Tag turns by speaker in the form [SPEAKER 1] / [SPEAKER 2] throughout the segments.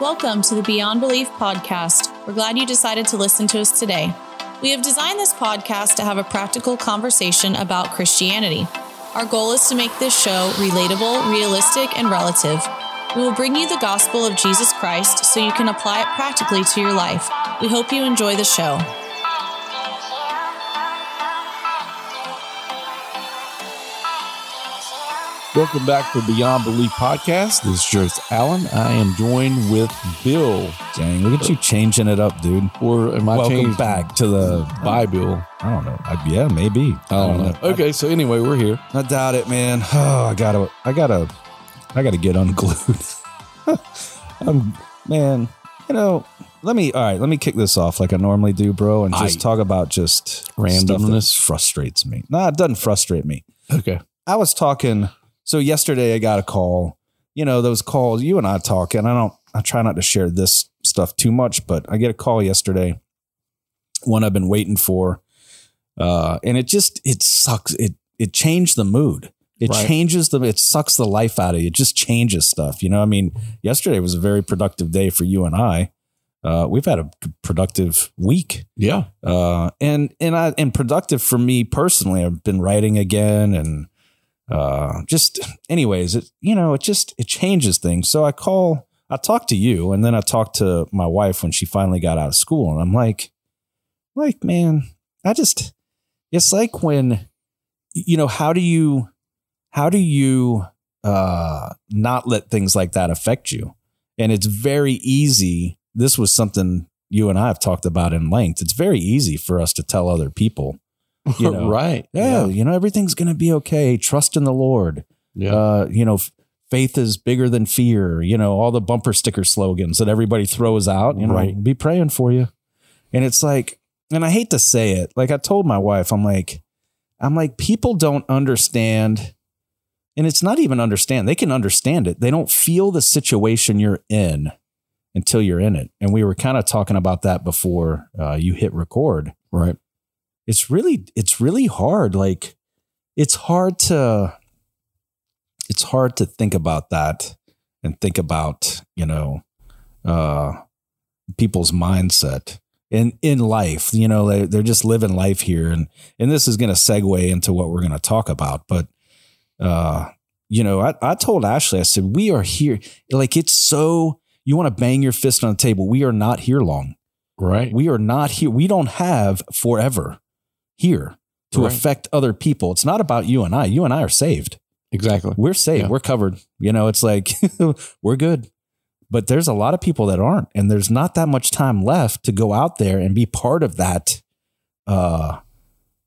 [SPEAKER 1] Welcome to the Beyond Belief podcast. We're glad you decided to listen to us today. We have designed this podcast to have a practical conversation about Christianity. Our goal is to make this show relatable, realistic, and relative. We will bring you the gospel of Jesus Christ so you can apply it practically to your life. We hope you enjoy the show.
[SPEAKER 2] Welcome back to Beyond Belief Podcast. This is Joyce Allen. I am joined with Bill.
[SPEAKER 3] Dang, look at you changing it up, dude.
[SPEAKER 2] Or am I
[SPEAKER 3] Welcome
[SPEAKER 2] changed?
[SPEAKER 3] back to the.
[SPEAKER 2] By Bill.
[SPEAKER 3] I don't know. I- yeah, maybe.
[SPEAKER 2] I don't know. Okay, so anyway, we're here.
[SPEAKER 3] I, I doubt it, man. Oh, I gotta. I gotta. I gotta get unglued. um, man, you know. Let me. All right. Let me kick this off like I normally do, bro, and just
[SPEAKER 2] Aight.
[SPEAKER 3] talk about just stuff that
[SPEAKER 2] Randomness.
[SPEAKER 3] frustrates me. Nah, it doesn't frustrate me.
[SPEAKER 2] Okay.
[SPEAKER 3] I was talking. So yesterday I got a call. You know those calls. You and I talk, and I don't. I try not to share this stuff too much, but I get a call yesterday. One I've been waiting for, uh, and it just it sucks. It it changed the mood. It
[SPEAKER 2] Right.
[SPEAKER 3] changes the. It sucks the life out of you. It just changes stuff. You know. I mean, yesterday was a very productive day for you and I. Uh, we've had a productive week
[SPEAKER 2] Yeah.
[SPEAKER 3] uh, and and I and productive for me personally. I've been writing again, and uh, just anyways, it you know it just it changes things. So I call, I talk to you, and then I talk to my wife when she finally got out of school, and I'm like, like man, I just it's like when you know how do you how do you uh not let things like that affect you and it's very easy this was something you and i have talked about in length it's very easy for us to tell other people You know.
[SPEAKER 2] right.
[SPEAKER 3] yeah, you know everything's gonna be okay trust in the lord
[SPEAKER 2] Yeah.
[SPEAKER 3] uh you know f- faith is bigger than fear you know all the bumper sticker slogans that everybody throws out you know
[SPEAKER 2] Right.
[SPEAKER 3] be praying for you and it's like and i hate to say it like i told my wife i'm like i'm like people don't understand and it's not even understand they can understand it they don't feel the situation you're in until you're in it and we were kind of talking about that before uh, you hit record
[SPEAKER 2] right.
[SPEAKER 3] it's really it's really hard like it's hard to it's hard to think about that and think about you know uh people's mindset in in life you know they, they're just living life here and and this is going to segue into what we're going to talk about but uh you know I, I told ashley i said we are here like it's so you want to bang your fist on the table we are not here long
[SPEAKER 2] Right.
[SPEAKER 3] we are not here. We don't have forever here to
[SPEAKER 2] Right.
[SPEAKER 3] affect other people. It's not about you and I. You and I are saved.
[SPEAKER 2] Exactly.
[SPEAKER 3] We're saved.
[SPEAKER 2] Yeah.
[SPEAKER 3] We're covered. You know, it's like we're good. But there's a lot of people that aren't, and there's not that much time left to go out there and be part of that uh,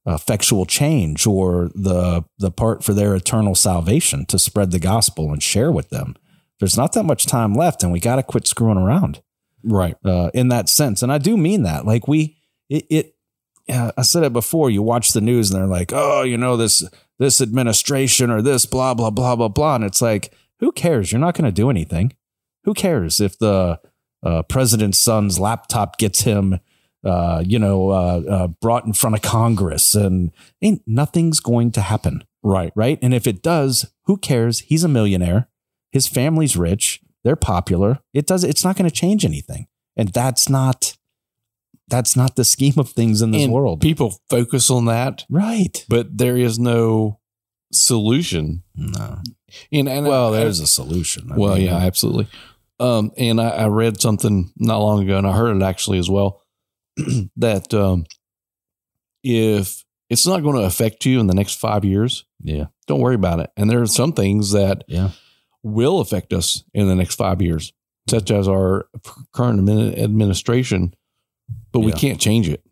[SPEAKER 3] effectual change or the the part for their eternal salvation to spread the gospel and share with them. There's not that much time left, and we got to quit screwing around
[SPEAKER 2] Right.
[SPEAKER 3] uh, in that sense. And I do mean that. Like we, it, it uh, I said it before. You watch the news and they're like, oh, you know this this administration or this blah blah blah blah blah, and it's like, who cares? You're not going to do anything. Who cares if the uh, president's son's laptop gets him, uh, you know, uh, uh, brought in front of Congress, and ain't nothing's going to happen
[SPEAKER 2] Right.
[SPEAKER 3] right? And if it does, who cares? He's a millionaire. His family's rich. They're popular. It does. It's not going to change anything. And that's not. That's not the scheme of things in this
[SPEAKER 2] And
[SPEAKER 3] world.
[SPEAKER 2] People focus on that,
[SPEAKER 3] right.
[SPEAKER 2] but there is no solution.
[SPEAKER 3] No.
[SPEAKER 2] And, and
[SPEAKER 3] Well, there's a solution. I
[SPEAKER 2] well,
[SPEAKER 3] mean, uh,
[SPEAKER 2] yeah, absolutely. Um, and I, I read something not long ago, and I heard it actually as well that um, if it's not going to affect you in the next five years,
[SPEAKER 3] Yeah.
[SPEAKER 2] don't worry about it. And there are some things that
[SPEAKER 3] Yeah.
[SPEAKER 2] will affect us in the next five years, such as our current admin- administration, but we
[SPEAKER 3] Yeah.
[SPEAKER 2] can't change it.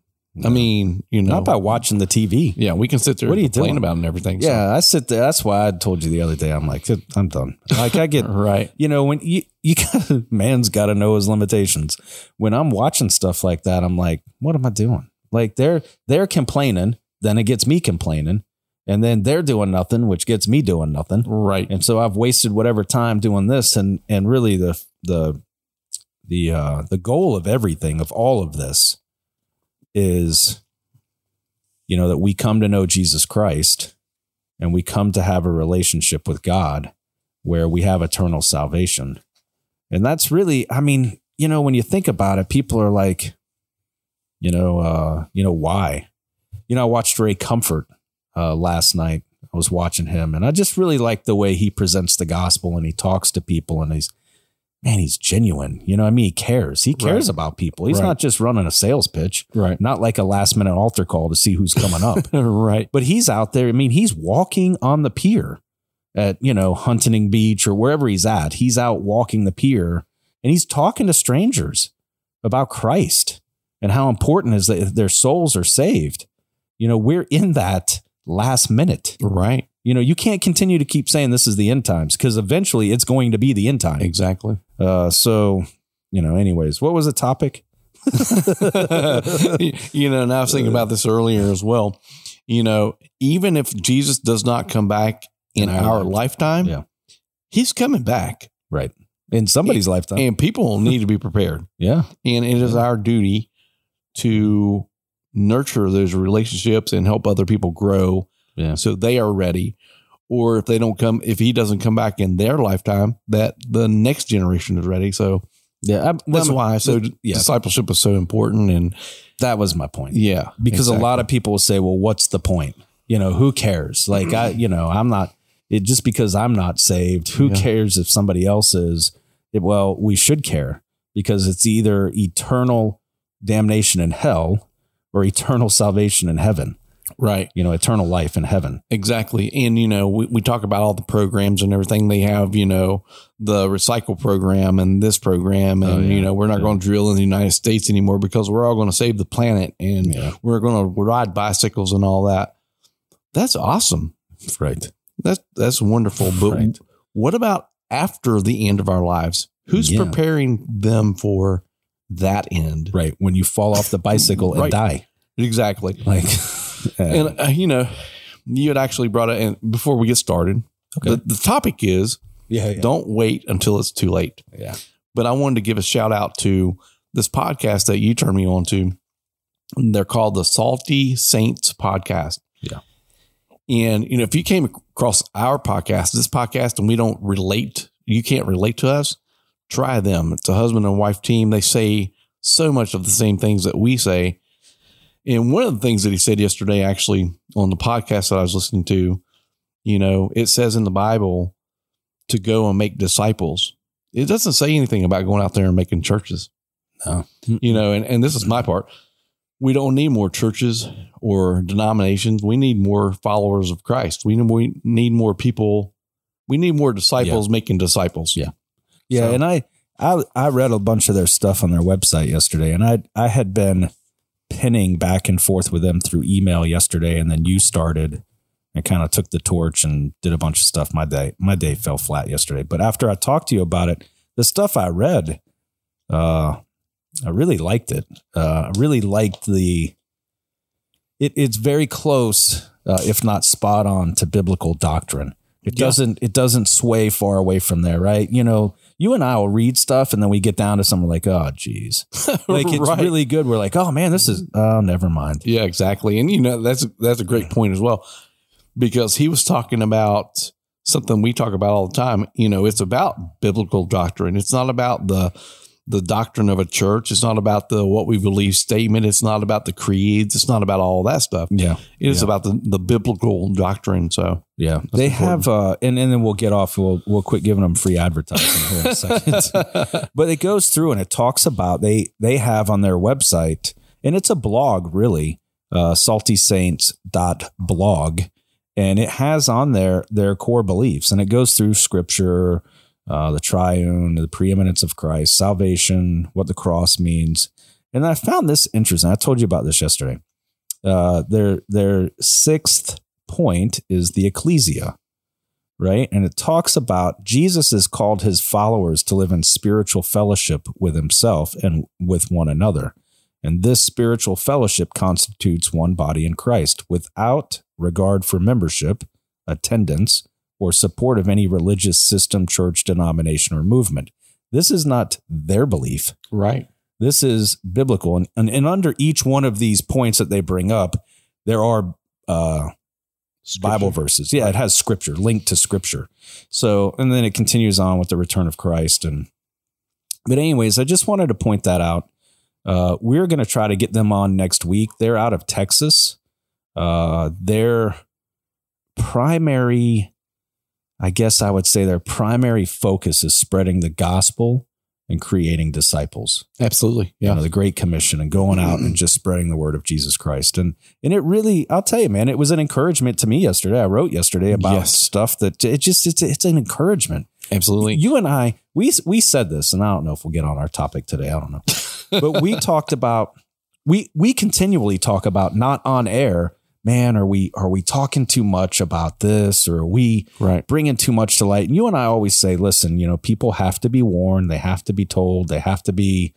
[SPEAKER 2] I mean, you know,
[SPEAKER 3] not by watching the TV.
[SPEAKER 2] yeah, we can sit there
[SPEAKER 3] What are
[SPEAKER 2] and
[SPEAKER 3] you
[SPEAKER 2] complain
[SPEAKER 3] doing?
[SPEAKER 2] about it and everything. so-
[SPEAKER 3] Yeah, I sit there. That's why I told you the other day. I'm like, I'm done. Like I get
[SPEAKER 2] right.
[SPEAKER 3] you know when you you gotta, man's got to know his limitations when i'm watching stuff like that i'm like what am i doing like they're they're complaining then it gets me complaining and then they're doing nothing which gets me doing nothing
[SPEAKER 2] Right.
[SPEAKER 3] and so i've wasted whatever time doing this and and really the the the uh the goal of everything of all of this is you know that we come to know jesus christ and we come to have a relationship with god where we have eternal salvation And that's really, I mean, you know, when you think about it, people are like, you know, uh, you know, why? You know, I watched Ray Comfort uh, last night. I was watching him, and I just really like the way he presents the gospel and he talks to people, and he's, man, he's genuine. You know, what I mean, he cares. He cares
[SPEAKER 2] Right.
[SPEAKER 3] about people. He's
[SPEAKER 2] Right.
[SPEAKER 3] not just running a sales pitch,
[SPEAKER 2] Right.
[SPEAKER 3] not like a last minute altar call to see who's coming up.
[SPEAKER 2] right.
[SPEAKER 3] But he's out there. I mean, he's walking on the pier at, you know, Huntington Beach or wherever he's at. He's out walking the pier and he's talking to strangers about Christ and how important is that their souls are saved. You know, we're in that last minute.
[SPEAKER 2] Right.
[SPEAKER 3] You know, you can't continue to keep saying this is the end times because eventually it's going to be the end time.
[SPEAKER 2] Exactly.
[SPEAKER 3] Uh, so, you know, anyways, what was the topic?
[SPEAKER 2] you know, and I was thinking about this earlier as well. You know, even if Jesus does not come back in,
[SPEAKER 3] In our
[SPEAKER 2] our lifetime,
[SPEAKER 3] Yeah.
[SPEAKER 2] he's coming back,
[SPEAKER 3] In somebody's lifetime.
[SPEAKER 2] and people need to be prepared.
[SPEAKER 3] yeah.
[SPEAKER 2] And it is our duty to nurture those relationships and help other people grow
[SPEAKER 3] Yeah.
[SPEAKER 2] so they are ready. Or if they don't come, if he doesn't come back in their lifetime, that the next generation is ready. So
[SPEAKER 3] Yeah. I'm-
[SPEAKER 2] that's
[SPEAKER 3] I'm-
[SPEAKER 2] why so
[SPEAKER 3] yeah.
[SPEAKER 2] discipleship is so important. And
[SPEAKER 3] that was my point.
[SPEAKER 2] yeah,
[SPEAKER 3] because
[SPEAKER 2] exactly.
[SPEAKER 3] a lot of people will say, "Well, what's the point? You know, who cares? Like I, you know, I'm not it just because I'm not saved. Who
[SPEAKER 2] Yeah.
[SPEAKER 3] cares if somebody else is? It, well, we should care because it's either eternal damnation in hell or eternal salvation in heaven.
[SPEAKER 2] right.
[SPEAKER 3] You know, eternal life in heaven.
[SPEAKER 2] Exactly. And, you know, we, we talk about all the programs and everything they have, you know, the recycle program and this program. And,
[SPEAKER 3] Oh, yeah.
[SPEAKER 2] you know, we're not
[SPEAKER 3] Yeah.
[SPEAKER 2] going to drill in the United States anymore because we're all going to save the planet and
[SPEAKER 3] Yeah,
[SPEAKER 2] we're going to ride bicycles and all that. That's awesome.
[SPEAKER 3] right.
[SPEAKER 2] That's, that's wonderful. But
[SPEAKER 3] Right.
[SPEAKER 2] what about after the end of our lives? Who's
[SPEAKER 3] Yeah.
[SPEAKER 2] preparing them for that end?
[SPEAKER 3] Right. When you fall off the bicycle and
[SPEAKER 2] Right.
[SPEAKER 3] die,
[SPEAKER 2] Exactly.
[SPEAKER 3] like, uh,
[SPEAKER 2] and uh, you know, you had actually brought it in before we get started.
[SPEAKER 3] Okay.
[SPEAKER 2] The, the topic is
[SPEAKER 3] yeah, yeah.
[SPEAKER 2] don't wait until it's too late.
[SPEAKER 3] yeah,
[SPEAKER 2] But I wanted to give a shout out to this podcast that you turned me on to. They're called the Salty Saints Podcast.
[SPEAKER 3] Yeah.
[SPEAKER 2] And you know, if you came across our podcast, this podcast, and we don't relate, you can't relate to us, try them. It's a husband and wife team. They say so much of the same things that we say. And one of the things that he said yesterday, actually, on the podcast that I was listening to, you know, it says in the Bible to go and make disciples. It doesn't say anything about going out there and making churches.
[SPEAKER 3] No.
[SPEAKER 2] You know, and, and this is my part. We don't need more churches or denominations. We need more followers of Christ. We need, we need more people. We need more disciples making disciples.
[SPEAKER 3] Yeah. Yeah,
[SPEAKER 2] So-
[SPEAKER 3] and I, I I read a bunch of their stuff on their website yesterday, and I I had been pinning back and forth with them through email yesterday, and then you started and kind of took the torch and did a bunch of stuff. My day my day fell flat yesterday, but after I talked to you about it, the stuff I read, uh, I really liked it. Uh, I really liked the. It, it's very close, uh, if not spot on, to biblical doctrine. It
[SPEAKER 2] Yeah.
[SPEAKER 3] doesn't it doesn't sway far away from there, right? You know, you and I will read stuff, and then we get down to something like, oh, geez, like it's
[SPEAKER 2] Right.
[SPEAKER 3] really good. We're like, oh man, this is oh, never mind.
[SPEAKER 2] Yeah, exactly. And you know, that's that's a great point as well. Because he was talking about something we talk about all the time. You know, it's about biblical doctrine. It's not about the the doctrine of a church. It's not about the what we believe statement. It's not about the creeds. It's not about all that stuff.
[SPEAKER 3] Yeah,
[SPEAKER 2] It is
[SPEAKER 3] Yeah.
[SPEAKER 2] about the, the biblical doctrine. So
[SPEAKER 3] yeah. they have, uh, and and then we'll get off. We'll we'll quit giving them free advertising here in a second. but it goes through and it talks about they they have on their website and it's a blog really uh, saltysaints.blog and it has on there their core beliefs and it goes through scripture uh, the triune the preeminence of christ salvation what the cross means and i found this interesting i told you about this yesterday uh, their their sixth point is the ecclesia right? And it talks about Jesus has called his followers to live in spiritual fellowship with himself and with one another. And this spiritual fellowship constitutes one body in Christ without regard for membership, attendance, or support of any religious system, church, denomination, or movement. This is not their belief
[SPEAKER 2] right.
[SPEAKER 3] this is biblical and, and and under each one of these points that they bring up there are uh bible verses yeah it has scripture linked to scripture so and then it continues on with the return of christ and But anyways, I just wanted to point that out. Uh, we're going to try to get them on next week. They're out of Texas. Uh, their primary, I guess I would say, their primary focus is spreading the gospel and creating disciples.
[SPEAKER 2] Absolutely.
[SPEAKER 3] You
[SPEAKER 2] Yeah.
[SPEAKER 3] know, uh, the Great Commission and going out and just spreading the word of Jesus Christ. And and it really, I'll tell you, man, it was an encouragement to me yesterday. I wrote yesterday about
[SPEAKER 2] Yes.
[SPEAKER 3] stuff that it just it's it's an encouragement.
[SPEAKER 2] Absolutely.
[SPEAKER 3] You and I, we we said this, and I don't know if we'll get on our topic today. I don't know, but we talked about we we continually talk about not on air. Man, are we are we talking too much about this, or are we
[SPEAKER 2] Right.
[SPEAKER 3] bringing too much to light? And you and I always say, listen, you know, people have to be warned, they have to be told, they have to be,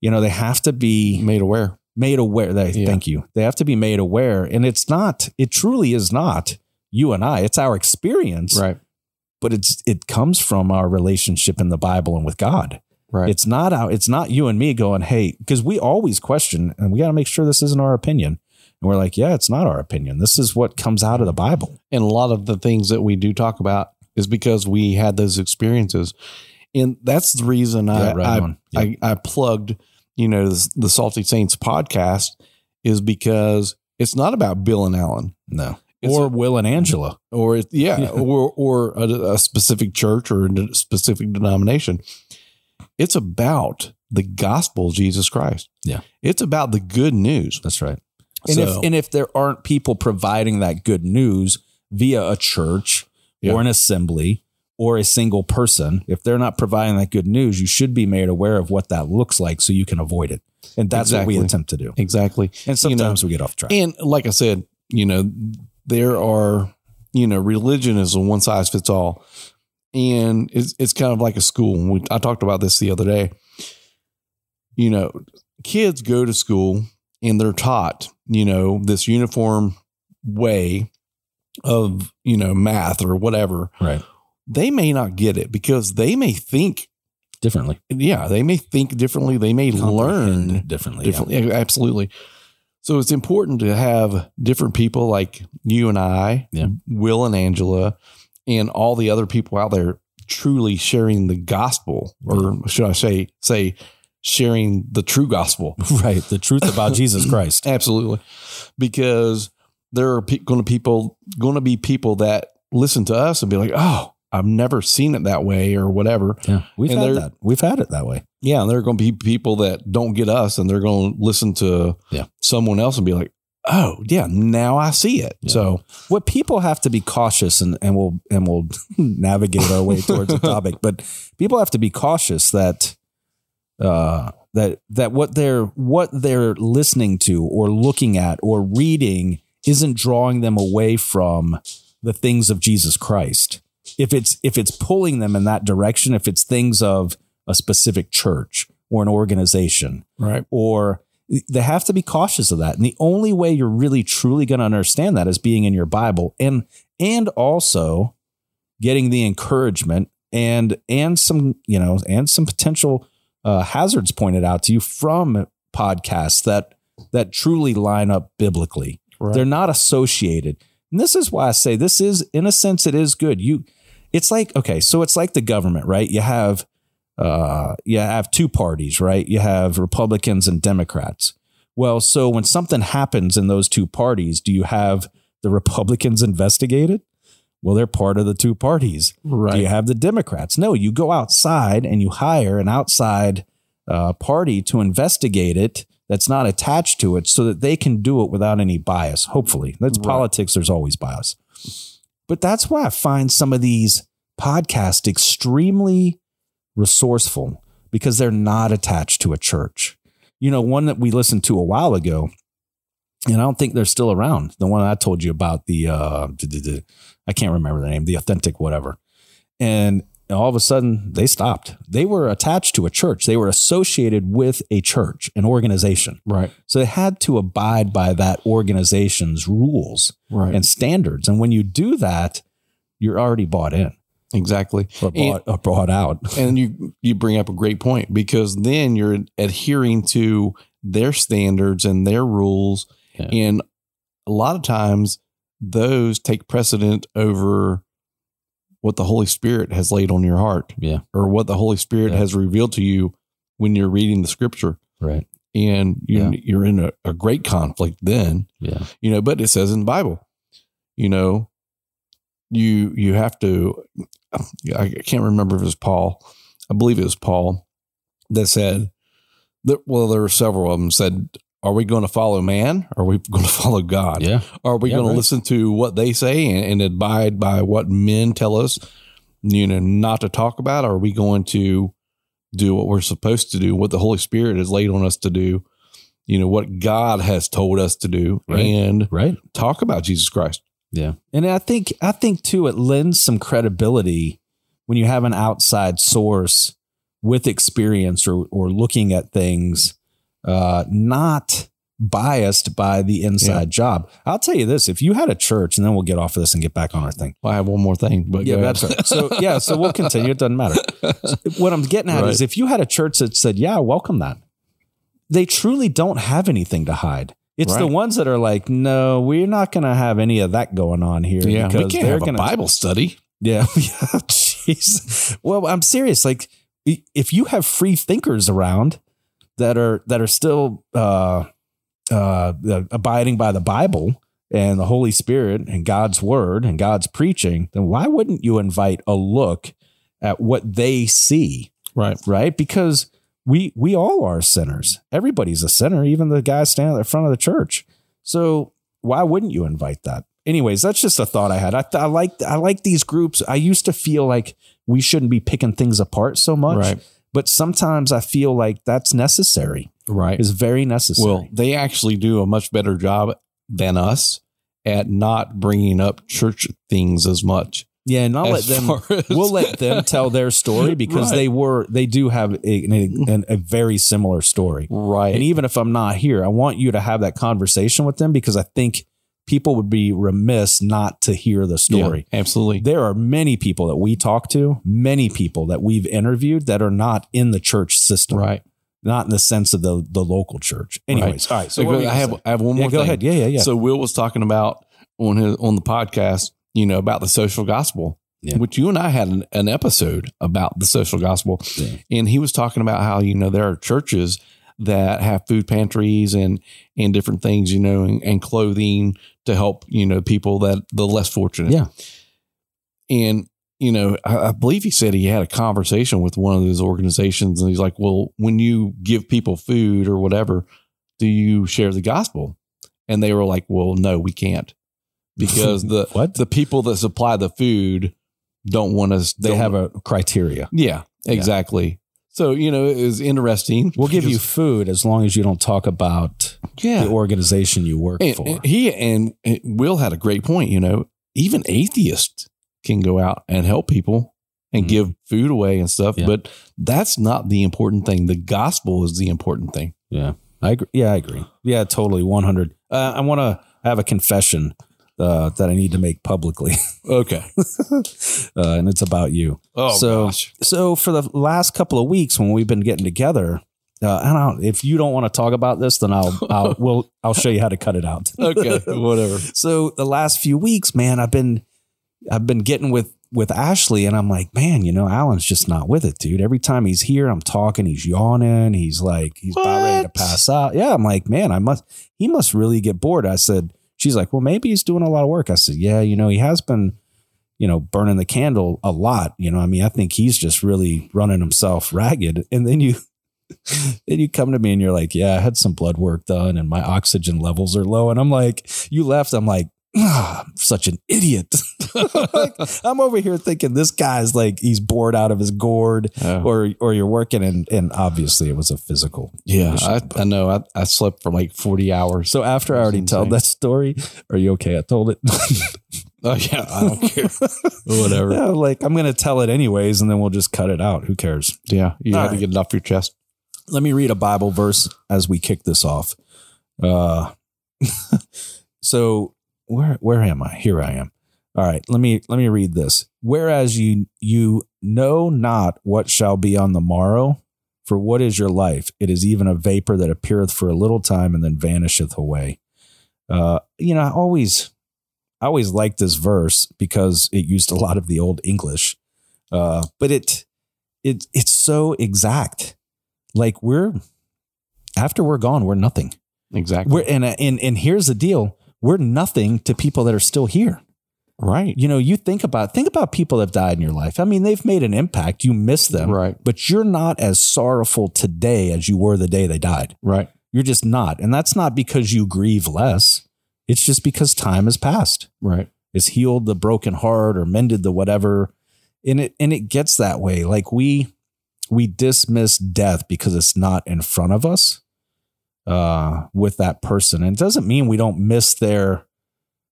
[SPEAKER 3] you know, they have to be
[SPEAKER 2] Made aware.
[SPEAKER 3] made aware. They,
[SPEAKER 2] Yeah.
[SPEAKER 3] Thank you. They have to be made aware, and it's not. It truly is not you and I. It's our experience
[SPEAKER 2] Right.
[SPEAKER 3] but it's it comes from our relationship in the Bible and with God.
[SPEAKER 2] Right.
[SPEAKER 3] It's not out. It's not you and me going, hey, because we always question and we got to make sure this isn't our opinion. And we're like, yeah, it's not our opinion. This is what comes out of the Bible.
[SPEAKER 2] and a lot of the things that we do talk about is because we had those experiences and that's the reason
[SPEAKER 3] Yeah,
[SPEAKER 2] I,
[SPEAKER 3] right
[SPEAKER 2] I,
[SPEAKER 3] on. Yeah.
[SPEAKER 2] I I plugged you know the, the salty saints podcast is because it's not about bill and alan
[SPEAKER 3] no.
[SPEAKER 2] It's
[SPEAKER 3] Or Will and Angela.
[SPEAKER 2] or it, yeah,
[SPEAKER 3] Yeah.
[SPEAKER 2] or or a, a specific church or a de- specific denomination. It's about the gospel of Jesus Christ.
[SPEAKER 3] Yeah.
[SPEAKER 2] it's about the good news.
[SPEAKER 3] That's right. And
[SPEAKER 2] So-
[SPEAKER 3] if and if there aren't people providing that good news via a church
[SPEAKER 2] Yeah.
[SPEAKER 3] or an assembly or a single person, if they're not providing that good news, you should be made aware of what that looks like so you can avoid it. And that's what we
[SPEAKER 2] Exactly.
[SPEAKER 3] attempt to do.
[SPEAKER 2] Exactly,
[SPEAKER 3] And
[SPEAKER 2] You know,
[SPEAKER 3] sometimes we get off track.
[SPEAKER 2] and like I said, you know there are you know religion is a one size fits all, and it's it's kind of like a school. And we, I talked about this the other day. You know, kids go to school and they're taught you know this uniform way of you know math or whatever
[SPEAKER 3] right.
[SPEAKER 2] they may not get it because they may think
[SPEAKER 3] Differently.
[SPEAKER 2] yeah they may think differently they may learn
[SPEAKER 3] Comprehend differently. yeah.
[SPEAKER 2] differently Yeah, absolutely so it's important to have different people like you and i
[SPEAKER 3] Yeah.
[SPEAKER 2] will and angela and all the other people out there truly sharing the gospel or should i say say sharing the true gospel
[SPEAKER 3] Right. The truth about Jesus Christ.
[SPEAKER 2] Absolutely, because there are pe- going to people going to be people that listen to us and be like, "Oh, I've never seen it that way," or whatever.
[SPEAKER 3] Yeah. We've
[SPEAKER 2] And
[SPEAKER 3] had
[SPEAKER 2] there-
[SPEAKER 3] that. We've had it that way.
[SPEAKER 2] Yeah, and there are going to be people that don't get us, and they're going to listen to
[SPEAKER 3] Yeah.
[SPEAKER 2] someone else and be like, "Oh, yeah, now I see it."
[SPEAKER 3] Yeah.
[SPEAKER 2] So
[SPEAKER 3] What people have to be cautious and, and we'll and we'll navigate our way towards the topic, but people have to be cautious that uh that that what they're what they're listening to or looking at or reading isn't drawing them away from the things of Jesus Christ. If it's if it's pulling them in that direction, if it's things of a specific church or an organization
[SPEAKER 2] right,
[SPEAKER 3] or they have to be cautious of that. And the only way you're really truly going to understand that is being in your Bible and and also getting the encouragement and and some you know and some potential uh, hazards pointed out to you from podcasts that that truly line up biblically.
[SPEAKER 2] right,
[SPEAKER 3] They're not associated. And this is why I say this is, in a sense, it is good. You, it's like okay, so it's like the government, right? You have, uh, you have two parties, right? You have Republicans and Democrats. Well, so when something happens in those two parties, do you have the Republicans investigate it? Well, they're part of the two parties.
[SPEAKER 2] right,
[SPEAKER 3] Do you have the Democrats? No, you go outside and you hire an outside uh, party to investigate it that's not attached to it so that they can do it without any bias, hopefully. That's
[SPEAKER 2] Right.
[SPEAKER 3] politics, there's always bias. But that's why I find some of these podcasts extremely resourceful because they're not attached to a church. You know, one that we listened to a while ago, and I don't think they're still around. The one I told you about, the, uh, d- d- d- I can't remember the name, the authentic whatever and all of a sudden they stopped. They were attached to a church. They were associated with a church, an organization.
[SPEAKER 2] right,
[SPEAKER 3] So they had to abide by that organization's rules
[SPEAKER 2] right,
[SPEAKER 3] and standards. And when you do that, you're already bought in
[SPEAKER 2] exactly.
[SPEAKER 3] or bought, or bought out.
[SPEAKER 2] and you you bring up a great point because then you're adhering to their standards and their rules
[SPEAKER 3] Yeah.
[SPEAKER 2] and a lot of times those take precedent over what the Holy Spirit has laid on your heart
[SPEAKER 3] Yeah.
[SPEAKER 2] or what the Holy Spirit
[SPEAKER 3] Yeah.
[SPEAKER 2] has revealed to you when you're reading the scripture.
[SPEAKER 3] Right.
[SPEAKER 2] And you're,
[SPEAKER 3] Yeah.
[SPEAKER 2] you're in a, a great conflict then,
[SPEAKER 3] Yeah.
[SPEAKER 2] you know, but it says in the Bible, you know, you, you have to, I can't remember if it was Paul. I believe it was Paul that said that, well, there were several of them said, are we going to follow man? Or are we going to follow God?
[SPEAKER 3] Yeah.
[SPEAKER 2] Are we
[SPEAKER 3] Yeah,
[SPEAKER 2] going
[SPEAKER 3] right.
[SPEAKER 2] to listen to what they say and, and abide by what men tell us, you know, not to talk about? Are we going to do what we're supposed to do, what the Holy Spirit has laid on us to do, you know, what God has told us to do,
[SPEAKER 3] Right.
[SPEAKER 2] and
[SPEAKER 3] Right.
[SPEAKER 2] talk about Jesus Christ?
[SPEAKER 3] Yeah. And I think I think too it lends some credibility when you have an outside source with experience or or looking at things uh not biased by the inside job. I'll tell you this, if you had a church and then we'll get off of this and get back on our thing.
[SPEAKER 2] Well, I have one more thing, but
[SPEAKER 3] yeah,
[SPEAKER 2] go ahead.
[SPEAKER 3] that's right. So yeah, so we'll continue. It doesn't matter. What I'm getting at
[SPEAKER 2] Right.
[SPEAKER 3] is if you had a church that said, "Yeah, welcome that," they truly don't have anything to hide. It's the
[SPEAKER 2] Right.
[SPEAKER 3] ones that are like, "No, we're not going to have any of that going on here."
[SPEAKER 2] yeah, we can't have a
[SPEAKER 3] gonna-
[SPEAKER 2] Bible study.
[SPEAKER 3] Yeah, yeah. Jeez. Well, I'm serious. Like, i- if you have free thinkers around that are that are still uh, uh, abiding by the Bible and the Holy Spirit and God's Word and God's preaching, then why wouldn't you invite a look at what they see?
[SPEAKER 2] Right.
[SPEAKER 3] Right? Because we we all are sinners. Everybody's a sinner, even the guy standing at the front of the church. So why wouldn't you invite that? Anyways, that's just a thought I had. I, I like I like these groups. I used to feel like we shouldn't be picking things apart so much,
[SPEAKER 2] Right.
[SPEAKER 3] but sometimes I feel like that's necessary.
[SPEAKER 2] Right.
[SPEAKER 3] It's very necessary.
[SPEAKER 2] Well, they actually do a much better job than us at not bringing up church things as much.
[SPEAKER 3] yeah, and I'll let
[SPEAKER 2] As
[SPEAKER 3] them.
[SPEAKER 2] far as-
[SPEAKER 3] we'll let them tell their story because
[SPEAKER 2] Right.
[SPEAKER 3] they were they do have a, an- an- a very similar story.
[SPEAKER 2] right.
[SPEAKER 3] And even if I'm not here, I want you to have that conversation with them because I think people would be remiss not to hear the
[SPEAKER 2] Yeah,
[SPEAKER 3] story.
[SPEAKER 2] absolutely.
[SPEAKER 3] There are many people that we talk to, many people that we've interviewed that are not in the church system,
[SPEAKER 2] Right.
[SPEAKER 3] not in the sense of the the local church. Anyways, all right. So
[SPEAKER 2] So
[SPEAKER 3] what were you
[SPEAKER 2] I
[SPEAKER 3] gonna
[SPEAKER 2] have
[SPEAKER 3] say?
[SPEAKER 2] I have one
[SPEAKER 3] yeah,
[SPEAKER 2] more
[SPEAKER 3] go
[SPEAKER 2] thing.
[SPEAKER 3] ahead. Yeah, yeah, yeah.
[SPEAKER 2] So Will was talking about on his on the podcast, you know, about the social gospel,
[SPEAKER 3] Yeah.
[SPEAKER 2] which you and I had an, an episode about the social gospel,
[SPEAKER 3] Yeah.
[SPEAKER 2] and he was talking about how you know there are churches that have food pantries and and different things, you know, and, and clothing to help you know people that the less fortunate.
[SPEAKER 3] Yeah.
[SPEAKER 2] and you know, I, I believe he said he had a conversation with one of those organizations, and he's like, "Well, when you give people food or whatever, do you share the gospel?" And they were like, "Well, no, we can't because the
[SPEAKER 3] What?
[SPEAKER 2] the people that supply the food don't want us.
[SPEAKER 3] they
[SPEAKER 2] don't-
[SPEAKER 3] have a criteria.
[SPEAKER 2] yeah,
[SPEAKER 3] Yeah.
[SPEAKER 2] exactly. So you know, it was interesting.
[SPEAKER 3] We'll give you
[SPEAKER 2] because-
[SPEAKER 3] food as long as you don't talk about
[SPEAKER 2] yeah.
[SPEAKER 3] the organization you work
[SPEAKER 2] And-
[SPEAKER 3] for.
[SPEAKER 2] and he and and Will had a great point. You know, even atheists can go out and help people and
[SPEAKER 3] Mhm.
[SPEAKER 2] give food away and stuff,
[SPEAKER 3] Yeah.
[SPEAKER 2] but that's not the important thing. The gospel is the important thing.
[SPEAKER 3] I agree. Yeah, I agree. Yeah, totally. 100. Uh, I want to have a confession uh, that I need to make publicly,
[SPEAKER 2] Okay.
[SPEAKER 3] uh, and it's about you.
[SPEAKER 2] Oh
[SPEAKER 3] So-
[SPEAKER 2] gosh.
[SPEAKER 3] So, for the last couple of weeks when we've been getting together, uh, I don't. If you don't want to talk about this, then I'll. I'll. We'll. I'll show you how to cut it out.
[SPEAKER 2] Okay. Whatever.
[SPEAKER 3] So the last few weeks, man, I've been I've been getting with with Ashley and I'm like, man, you know, Alan's just not with it, dude. Every time he's here, I'm talking, he's yawning, he's like he's about ready to
[SPEAKER 2] What?
[SPEAKER 3] pass out. Yeah, I'm like, man, I must he must really get bored. I said, she's like, well, maybe he's doing a lot of work. I said, yeah, you know, he has been you know, burning the candle a lot. You know, I mean, I think he's just really running himself ragged. And then you, then you come to me and you're like, yeah, I had some blood work done and my oxygen levels are low. And I'm like, you left. I'm like, ah, I'm such an idiot. Like, I'm over here thinking this guy's like, he's bored out of his gourd
[SPEAKER 2] Oh.
[SPEAKER 3] or, or you're working. And, and obviously it was a physical.
[SPEAKER 2] yeah, I, I know. I, I slept for like forty hours.
[SPEAKER 3] So after I
[SPEAKER 2] That's
[SPEAKER 3] already told
[SPEAKER 2] insane.
[SPEAKER 3] that story, are you okay? I told it.
[SPEAKER 2] Oh yeah, I don't care. Whatever.
[SPEAKER 3] Yeah, like I'm gonna tell it anyways, and then we'll just cut it out. Who cares?
[SPEAKER 2] Yeah, you
[SPEAKER 3] All
[SPEAKER 2] had to
[SPEAKER 3] right.
[SPEAKER 2] get it off your chest.
[SPEAKER 3] Let me read a Bible verse as we kick this off. Uh, so where where am I? Here I am. All right, let me let me read this. Whereas you you know not what shall be on the morrow, for what is your life? It is even a vapor that appeareth for a little time and then vanisheth away. Uh, you know, I always I always liked this verse because it used a lot of the old English, uh, but it it it's so exact. Like we're after we're gone, we're nothing.
[SPEAKER 2] Exactly.
[SPEAKER 3] We're and and and here's the deal: we're nothing to people that are still here.
[SPEAKER 2] right.
[SPEAKER 3] You know, you think about think about people that have died in your life. I mean, they've made an impact. You miss them,
[SPEAKER 2] Right.
[SPEAKER 3] but you're not as sorrowful today as you were the day they died.
[SPEAKER 2] Right.
[SPEAKER 3] You're just not, and that's not because you grieve less. It's just because time has passed
[SPEAKER 2] Right.
[SPEAKER 3] is healed the broken heart or mended the whatever and it and it gets that way like we we dismiss death because it's not in front of us uh with that person and it doesn't mean we don't miss their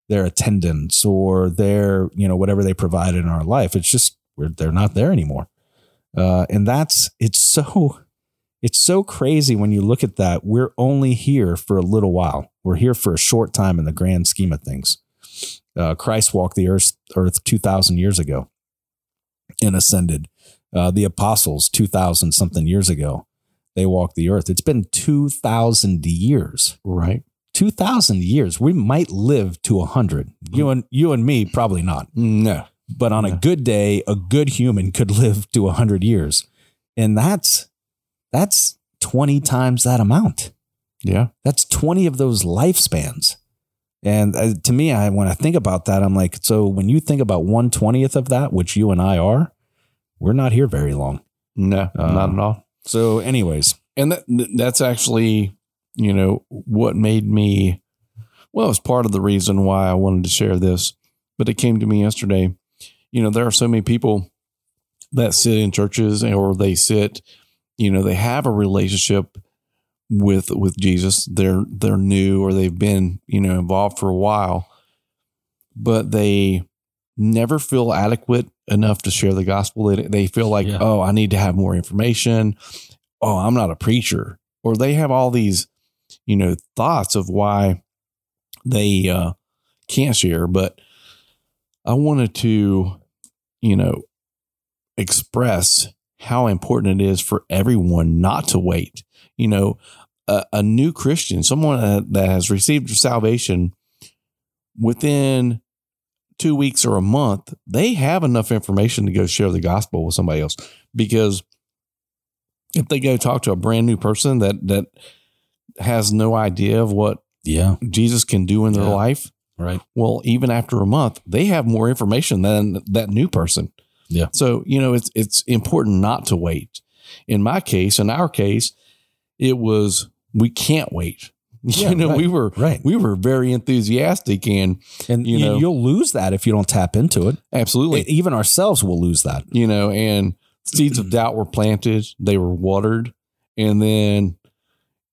[SPEAKER 3] their attendance or their you know whatever they provided in our life it's just we're they're not there anymore uh and that's it's so it's so crazy when you look at that we're only here for a little while we're here for a short time in the grand scheme of things uh, Christ walked the earth, earth 2,000 years ago and ascended. Uh, the apostles 2,000 something years ago, they walked the earth. It's been 2,000 years.
[SPEAKER 2] Right.
[SPEAKER 3] 2,000 years. We might live to 100. You and, you and me, probably not.
[SPEAKER 2] No.
[SPEAKER 3] But on a good day, a good human could live to 100 years. And that's, that's 20 times that amount.
[SPEAKER 2] Yeah.
[SPEAKER 3] That's 20 of those lifespans. And uh, to me, I, when I think about that, I'm like, so when you think about 120th of that, which you and I are, we're not here very long.
[SPEAKER 2] No. not at all.
[SPEAKER 3] So, anyways,
[SPEAKER 2] and that that's actually you know what made me well it's part of the reason why i wanted to share this but it came to me yesterday you know there are so many people that sit in churches or they sit you know they have a relationship with with jesus they're they're new or they've been you know involved for a while but they never feel adequate enough to share the gospel they, they feel like
[SPEAKER 3] Yeah.
[SPEAKER 2] oh i need to have more information oh, I'm not a preacher, or they have all these, you know, thoughts of why they uh, can't share. But I wanted to, you know, express how important it is for everyone not to wait. You know, a, a new Christian, someone uh, that has received salvation within two weeks or a month, they have enough information to go share the gospel with somebody else because if they go talk to a brand new person that that has no idea of what
[SPEAKER 3] yeah,
[SPEAKER 2] Jesus can do in their
[SPEAKER 3] Yeah.
[SPEAKER 2] life,
[SPEAKER 3] right.
[SPEAKER 2] well, even after a month, they have more information than that new person.
[SPEAKER 3] Yeah.
[SPEAKER 2] So, you know, it's it's important not to wait. In my case, in our case, it was we can't wait.
[SPEAKER 3] Yeah,
[SPEAKER 2] you know,
[SPEAKER 3] right,
[SPEAKER 2] we were
[SPEAKER 3] right.
[SPEAKER 2] we were very enthusiastic and
[SPEAKER 3] And
[SPEAKER 2] You
[SPEAKER 3] you
[SPEAKER 2] know-
[SPEAKER 3] you'll lose that if you don't tap into it.
[SPEAKER 2] absolutely
[SPEAKER 3] E- Even ourselves will lose that.
[SPEAKER 2] you know, and seeds of doubt were planted, they were watered, and then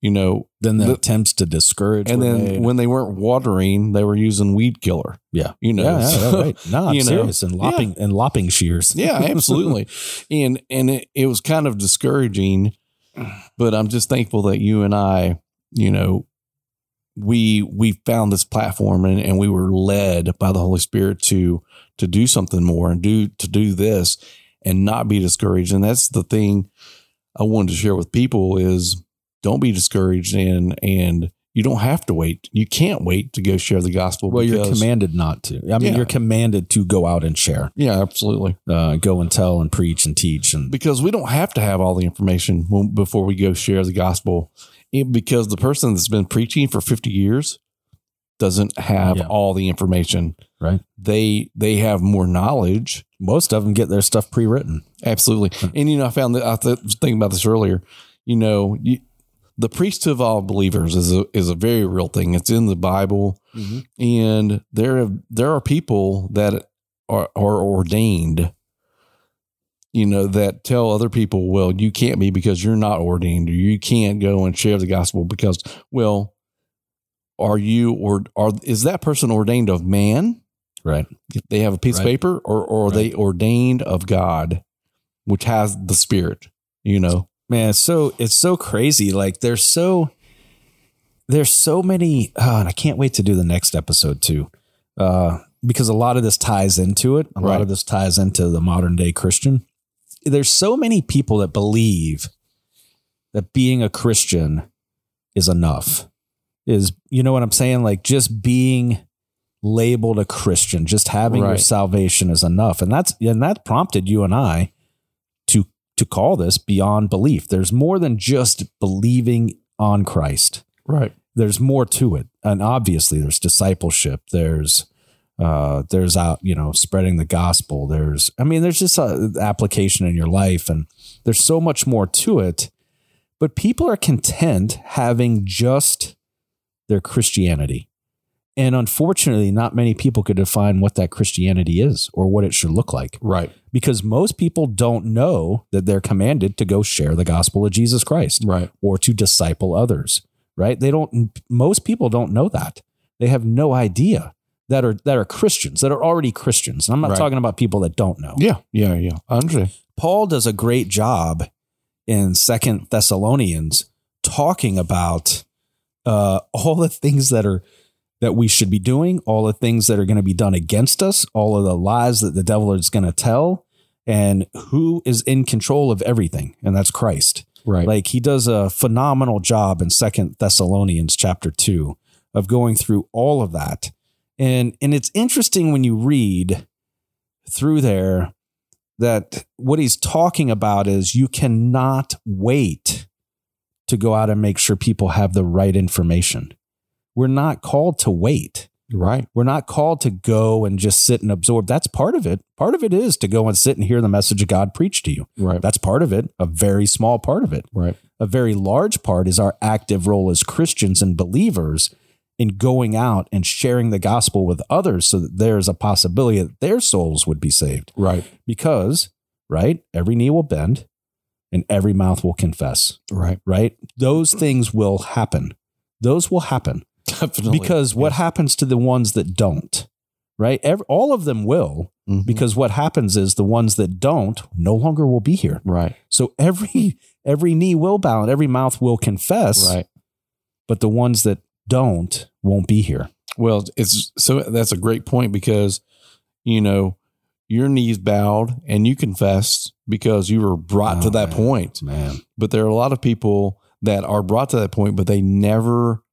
[SPEAKER 2] you know,
[SPEAKER 3] Then the,
[SPEAKER 2] The-
[SPEAKER 3] attempts to discourage.
[SPEAKER 2] and
[SPEAKER 3] were
[SPEAKER 2] then
[SPEAKER 3] made.
[SPEAKER 2] when they weren't watering, they were using weed killer.
[SPEAKER 3] Yeah.
[SPEAKER 2] You know.
[SPEAKER 3] yeah, yeah,
[SPEAKER 2] so-
[SPEAKER 3] right. No, I'm
[SPEAKER 2] you know,
[SPEAKER 3] serious. And lopping and lopping shears.
[SPEAKER 2] yeah, absolutely. and and it, it was kind of discouraging, but I'm just thankful that you and I, you know, we we found this platform and, and we were led by the Holy Spirit to to do something more and do to do this and not be discouraged. And that's the thing I wanted to share with people is don't be discouraged and and you don't have to wait. You can't wait to go share the gospel.
[SPEAKER 3] well, you're
[SPEAKER 2] because-
[SPEAKER 3] commanded not to. I mean,
[SPEAKER 2] Yeah.
[SPEAKER 3] you're commanded to go out and share,
[SPEAKER 2] Yeah, absolutely.
[SPEAKER 3] uh, go and tell and preach and teach and
[SPEAKER 2] because we don't have to have all the information when, before we go share the gospel It- because the person that's been preaching for 50 years doesn't have
[SPEAKER 3] Yeah.
[SPEAKER 2] all the information
[SPEAKER 3] Right.
[SPEAKER 2] they they have more knowledge
[SPEAKER 3] most of them get their stuff pre-written.
[SPEAKER 2] absolutely and you know i found that i th- was thinking about this earlier you know you, the priesthood of all believers is a, is a very real thing it's in the bible and there have, there are people that are, are ordained you know that tell other people well you can't be because you're not ordained or you can't go and share the gospel because well are you or are is that person ordained of man
[SPEAKER 3] Right.
[SPEAKER 2] they have a piece of
[SPEAKER 3] Right.
[SPEAKER 2] paper or, or are they ordained of god which has the spirit you know
[SPEAKER 3] Man, it's so it's so crazy. Like there's so there's so many oh, and I can't wait to do the next episode too. Uh because a lot of this ties into it. A lot
[SPEAKER 2] Right.
[SPEAKER 3] of this ties into the modern day Christian. There's so many people that believe that being a Christian is enough. Is you know what I'm saying? Like just being labeled a Christian. Just having your
[SPEAKER 2] Right.
[SPEAKER 3] salvation is enough. And that's and that prompted you and I to to call this beyond belief. There's more than just believing on Christ.
[SPEAKER 2] Right.
[SPEAKER 3] There's more to it. And obviously there's discipleship. There's uh there's out, you know, spreading the gospel. There's I mean, there's just a application in your life and there's so much more to it. But people are content having just their Christianity. And unfortunately, not many people could define what that Christianity is or what it should look like
[SPEAKER 2] Right.
[SPEAKER 3] because most people don't know that they're commanded to go share the gospel of Jesus Christ
[SPEAKER 2] Right.
[SPEAKER 3] or to disciple others, right? They don't most people don't know that. They have no idea that are that are Christians, that are already Christians. And I'm not
[SPEAKER 2] Right.
[SPEAKER 3] talking about people that don't know.
[SPEAKER 2] Yeah. Yeah. Yeah. I understand.
[SPEAKER 3] Paul does a great job in Second Thessalonians talking about uh, all the things that are that we should be doing, all the things that are going to be done against us, all of the lies that the devil is going to tell, and who is in control of everything, and that's Christ.
[SPEAKER 2] Right.
[SPEAKER 3] Like he does a phenomenal job in Second Thessalonians chapter two of going through all of that, and and it's interesting when you read through there that what he's talking about is you cannot wait to go out and make sure people have the right information. We're not called to wait.
[SPEAKER 2] right.
[SPEAKER 3] We're not called to go and just sit and absorb. That's part of it. Part of it is to go and sit and hear the message of God preached to you.
[SPEAKER 2] Right.
[SPEAKER 3] That's part of it, a very small part of it
[SPEAKER 2] Right.
[SPEAKER 3] a very large part is our active role as Christians and believers in going out and sharing the gospel with others so that there's a possibility that their souls would be saved.
[SPEAKER 2] Right.
[SPEAKER 3] Because, right, every knee will bend and every mouth will confess,
[SPEAKER 2] Right.
[SPEAKER 3] right? Those things will happen. Those will happen
[SPEAKER 2] Definitely.
[SPEAKER 3] because what happens to the ones that don't, right? Ev- all of them will
[SPEAKER 2] Mhm.
[SPEAKER 3] because what happens is the ones that don't no longer will be here.
[SPEAKER 2] Right.
[SPEAKER 3] So every every knee will bow and every mouth will confess,
[SPEAKER 2] Right.
[SPEAKER 3] but the ones that don't won't be here.
[SPEAKER 2] Well, it's so that's a great point because you know your knees bowed and you confessed because you were brought to
[SPEAKER 3] Oh,
[SPEAKER 2] that
[SPEAKER 3] man.
[SPEAKER 2] point.
[SPEAKER 3] Man.
[SPEAKER 2] But there are a lot of people that are brought to that point, but they never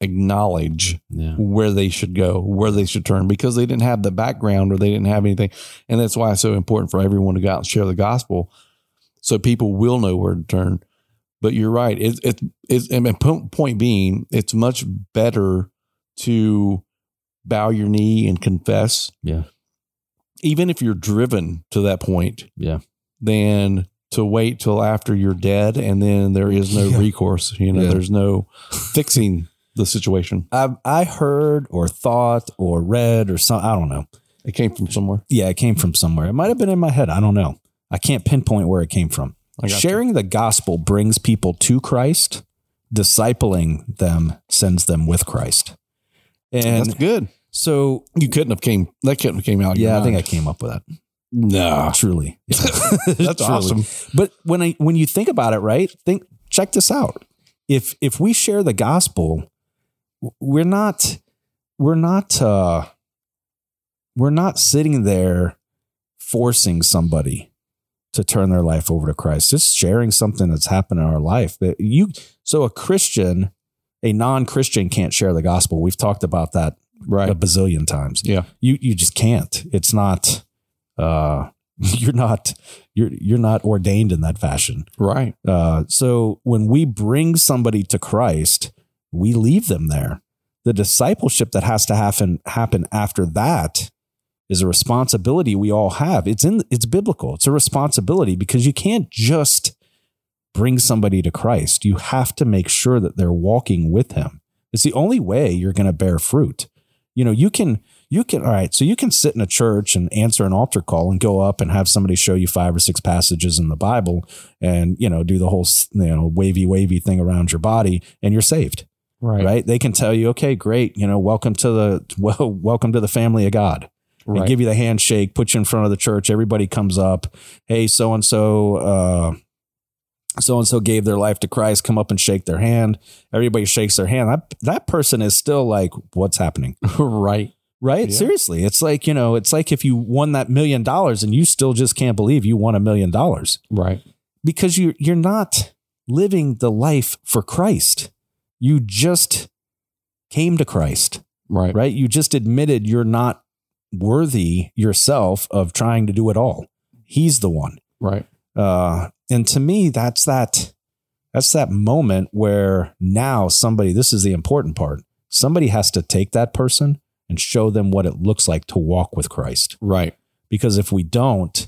[SPEAKER 2] acknowledge
[SPEAKER 3] Yeah.
[SPEAKER 2] where they should go, where they should turn, because they didn't have the background or they didn't have anything. And that's why it's so important for everyone to go out and share the gospel so people will know where to turn. But you're right. It, it, it's and my po- point being, it's much better to bow your knee and confess.
[SPEAKER 3] Yeah.
[SPEAKER 2] Even if you're driven to that point.
[SPEAKER 3] Yeah.
[SPEAKER 2] Than to wait till after you're dead and then there is no
[SPEAKER 3] Yeah.
[SPEAKER 2] recourse. You know,
[SPEAKER 3] Yeah.
[SPEAKER 2] there's no fixing the situation.
[SPEAKER 3] I I heard or thought or read or some I don't know.
[SPEAKER 2] It came from somewhere.
[SPEAKER 3] Yeah, it came from somewhere. It might have been in my head. I don't know. I can't pinpoint where it came from.
[SPEAKER 2] I got you.
[SPEAKER 3] Sharing the gospel brings people to Christ. Discipling them sends them with Christ. And
[SPEAKER 2] That's good.
[SPEAKER 3] so
[SPEAKER 2] You couldn't have came. That couldn't have came out. of your
[SPEAKER 3] yeah, I think I
[SPEAKER 2] mind.
[SPEAKER 3] came up with that.
[SPEAKER 2] Nah,
[SPEAKER 3] Truly.
[SPEAKER 2] Ah. that's awesome.
[SPEAKER 3] But when I when you think about it, right? Think check this out. If if we share the gospel, w- we're not we're not uh we're not sitting there forcing somebody to turn their life over to Christ. Just sharing something that's happened in our life. That you so a Christian, a non-Christian can't share the gospel. We've talked about that a
[SPEAKER 2] Right.
[SPEAKER 3] bazillion times
[SPEAKER 2] Yeah.
[SPEAKER 3] you you just can't it's not uh you're not you're you're not ordained in that fashion
[SPEAKER 2] Right.
[SPEAKER 3] uh so when we bring somebody to christ we leave them there the discipleship that has to happen happen after that is a responsibility we all have it's in it's biblical it's a responsibility because you can't just bring somebody to christ you have to make sure that they're walking with him it's the only way you're going to bear fruit you know you can you can all right so you can sit in a church and answer an altar call and go up and have somebody show you five or six passages in the bible and you know do the whole you know wavy wavy thing around your body and you're saved
[SPEAKER 2] Right.
[SPEAKER 3] right, they can tell you okay great you know welcome to the well, welcome to the family of god They
[SPEAKER 2] Right.
[SPEAKER 3] give you the handshake put you in front of the church everybody comes up hey so and so uh so and so gave their life to Christ. Come up and shake their hand. Everybody shakes their hand. That that person is still like, what's happening?
[SPEAKER 2] right.
[SPEAKER 3] Right?
[SPEAKER 2] Yeah.
[SPEAKER 3] Seriously. It's like, you know, it's like if you won that million dollars and you still just can't believe you won a million dollars
[SPEAKER 2] Right.
[SPEAKER 3] because you you're not living the life for Christ. You just came to Christ.
[SPEAKER 2] Right.
[SPEAKER 3] right? You just admitted you're not worthy yourself of trying to do it all. He's the one.
[SPEAKER 2] Right.
[SPEAKER 3] Uh, and to me, that's that. That's that moment where now somebody. This is the important part. Somebody has to take that person and show them what it looks like to walk with Christ.
[SPEAKER 2] Right.
[SPEAKER 3] Because if we don't,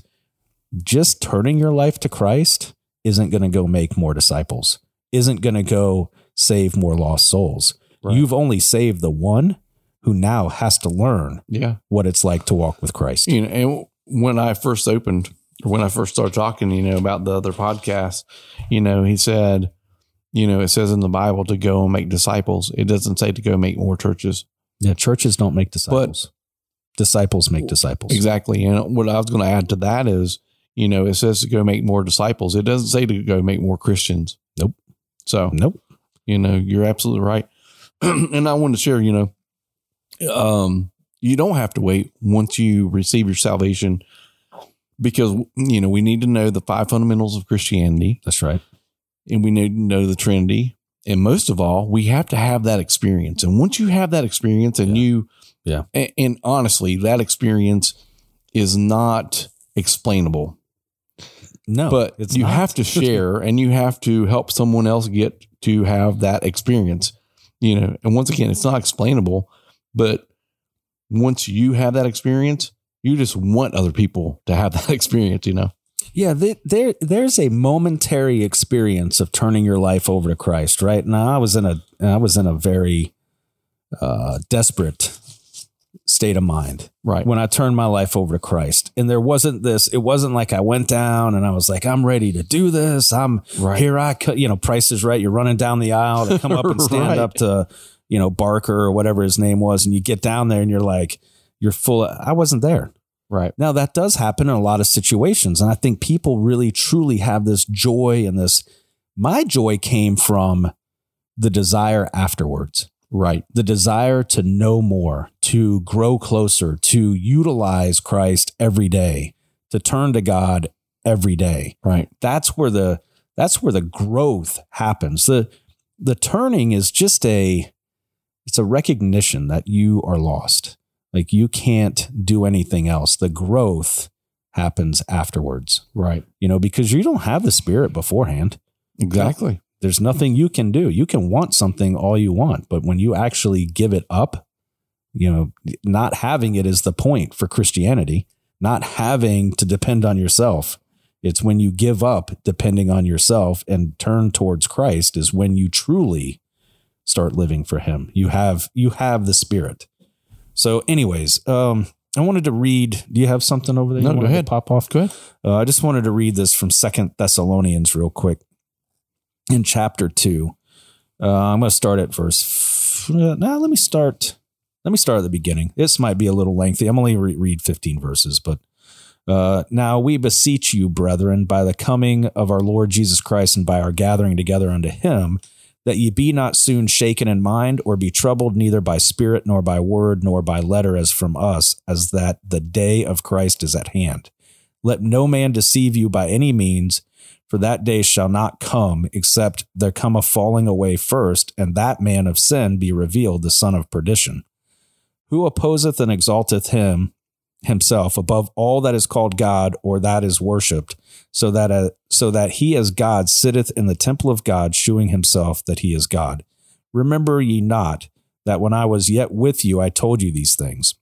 [SPEAKER 3] just turning your life to Christ isn't going to go make more disciples. Isn't going to go save more lost souls.
[SPEAKER 2] Right.
[SPEAKER 3] You've only saved the one who now has to learn
[SPEAKER 2] Yeah.
[SPEAKER 3] what it's like to walk with Christ.
[SPEAKER 2] You know, and when I first opened, or when I first started talking, you know, about the other podcast, you know, he said, you know, it says in the Bible to go and make disciples. It doesn't say to go make more churches.
[SPEAKER 3] Yeah, churches don't make disciples. disciples make disciples.
[SPEAKER 2] Exactly. And what I was going to add to that is, you know, it says to go make more disciples. It doesn't say to go make more Christians.
[SPEAKER 3] Nope.
[SPEAKER 2] So,
[SPEAKER 3] Nope.
[SPEAKER 2] you know, you're absolutely right. and I want to share, you know, um, you don't have to wait once you receive your salvation because, you know, we need to know the five fundamentals of Christianity
[SPEAKER 3] That's right.
[SPEAKER 2] and we need to know the Trinity. And most of all, we have to have that experience. And once you have that experience and
[SPEAKER 3] Yeah.
[SPEAKER 2] you,
[SPEAKER 3] Yeah.
[SPEAKER 2] a- and, honestly, that experience is not explainable,
[SPEAKER 3] No,
[SPEAKER 2] but you
[SPEAKER 3] not.
[SPEAKER 2] have to share and you have to help someone else get to have that experience, you know. And once again, it's not explainable, but once you have that experience, you just want other people to have that experience, you know.
[SPEAKER 3] Yeah, th- there there's a momentary experience of turning your life over to Christ, right? Now I was in a I was in a very uh, desperate state of mind
[SPEAKER 2] Right.
[SPEAKER 3] when I turned my life over to Christ, and there wasn't this. It wasn't like I went down and I was like, I'm ready to do this. I'm
[SPEAKER 2] Right.
[SPEAKER 3] here. I co-, you know, Price is Right. You're running down the aisle to come up and stand
[SPEAKER 2] Right.
[SPEAKER 3] up to you know Barker or whatever his name was, and you get down there and you're like, you're full. Of, I wasn't there.
[SPEAKER 2] Right.
[SPEAKER 3] Now that does happen in a lot of situations, and I think people really truly have this joy and this. My joy came from the desire afterwards,
[SPEAKER 2] Right.
[SPEAKER 3] the desire to know more, to grow closer, to utilize Christ every day, to turn to God every day.
[SPEAKER 2] Right.
[SPEAKER 3] That's where the that's where the growth happens. the The turning is just a it's a recognition that you are lost. Like you can't do anything else. The growth happens afterwards,
[SPEAKER 2] Right.
[SPEAKER 3] you know, because you don't have the spirit beforehand.
[SPEAKER 2] Exactly.
[SPEAKER 3] There's nothing you can do. You can want something all you want, but when you actually give it up, you know, not having it is the point for Christianity, not having to depend on yourself. It's when you give up depending on yourself and turn towards Christ is when you truly start living for him. You have you have the spirit. So anyways, um I wanted to read. Do you have something over there?
[SPEAKER 2] No,
[SPEAKER 3] you
[SPEAKER 2] go
[SPEAKER 3] wanted to
[SPEAKER 2] ahead.
[SPEAKER 3] pop off.
[SPEAKER 2] Go ahead.
[SPEAKER 3] Uh, I just wanted to read this from Second Thessalonians real quick. In chapter two, uh, I'm going to start at verse. F- uh, now let me start. Let me start at the beginning. This might be a little lengthy. I'm only re- read 15 verses, but uh, now we beseech you, brethren, by the coming of our Lord Jesus Christ and by our gathering together unto Him, that ye be not soon shaken in mind, or be troubled neither by spirit nor by word nor by letter as from us, as that the day of Christ is at hand. Let no man deceive you by any means, for that day shall not come, except there come a falling away first, and that man of sin be revealed, the son of perdition. Who opposeth and exalteth him himself above all that is called God or that is worshipped, so that uh, so that he as God sitteth in the temple of God, shewing himself that he is God. Remember ye not that when I was yet with you, I told you these things.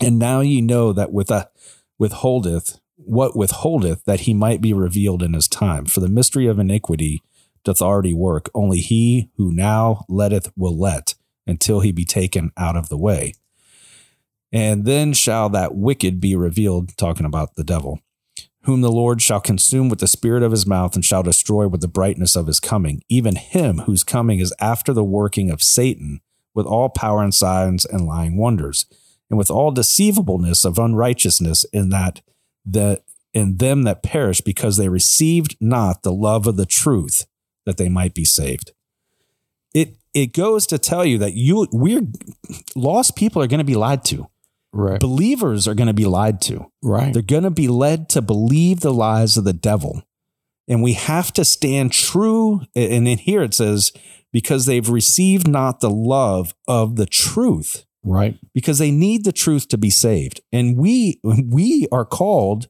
[SPEAKER 3] And now ye know that with a withholdeth what withholdeth that he might be revealed in his time for the mystery of iniquity doth already work only he who now letteth will let until he be taken out of the way and then shall that wicked be revealed talking about the devil whom the lord shall consume with the spirit of his mouth and shall destroy with the brightness of his coming even him whose coming is after the working of satan with all power and signs and lying wonders and with all deceivableness of unrighteousness in that the in them that perish because they received not the love of the truth that they might be saved it it goes to tell you that you we're lost people are going to be lied to
[SPEAKER 2] Right.
[SPEAKER 3] believers are going to be lied to
[SPEAKER 2] Right.
[SPEAKER 3] they're going to be led to believe the lies of the devil And we have to stand true. And in here it says, because they've received not the love of the truth,
[SPEAKER 2] Right.
[SPEAKER 3] because they need the truth to be saved. And we we are called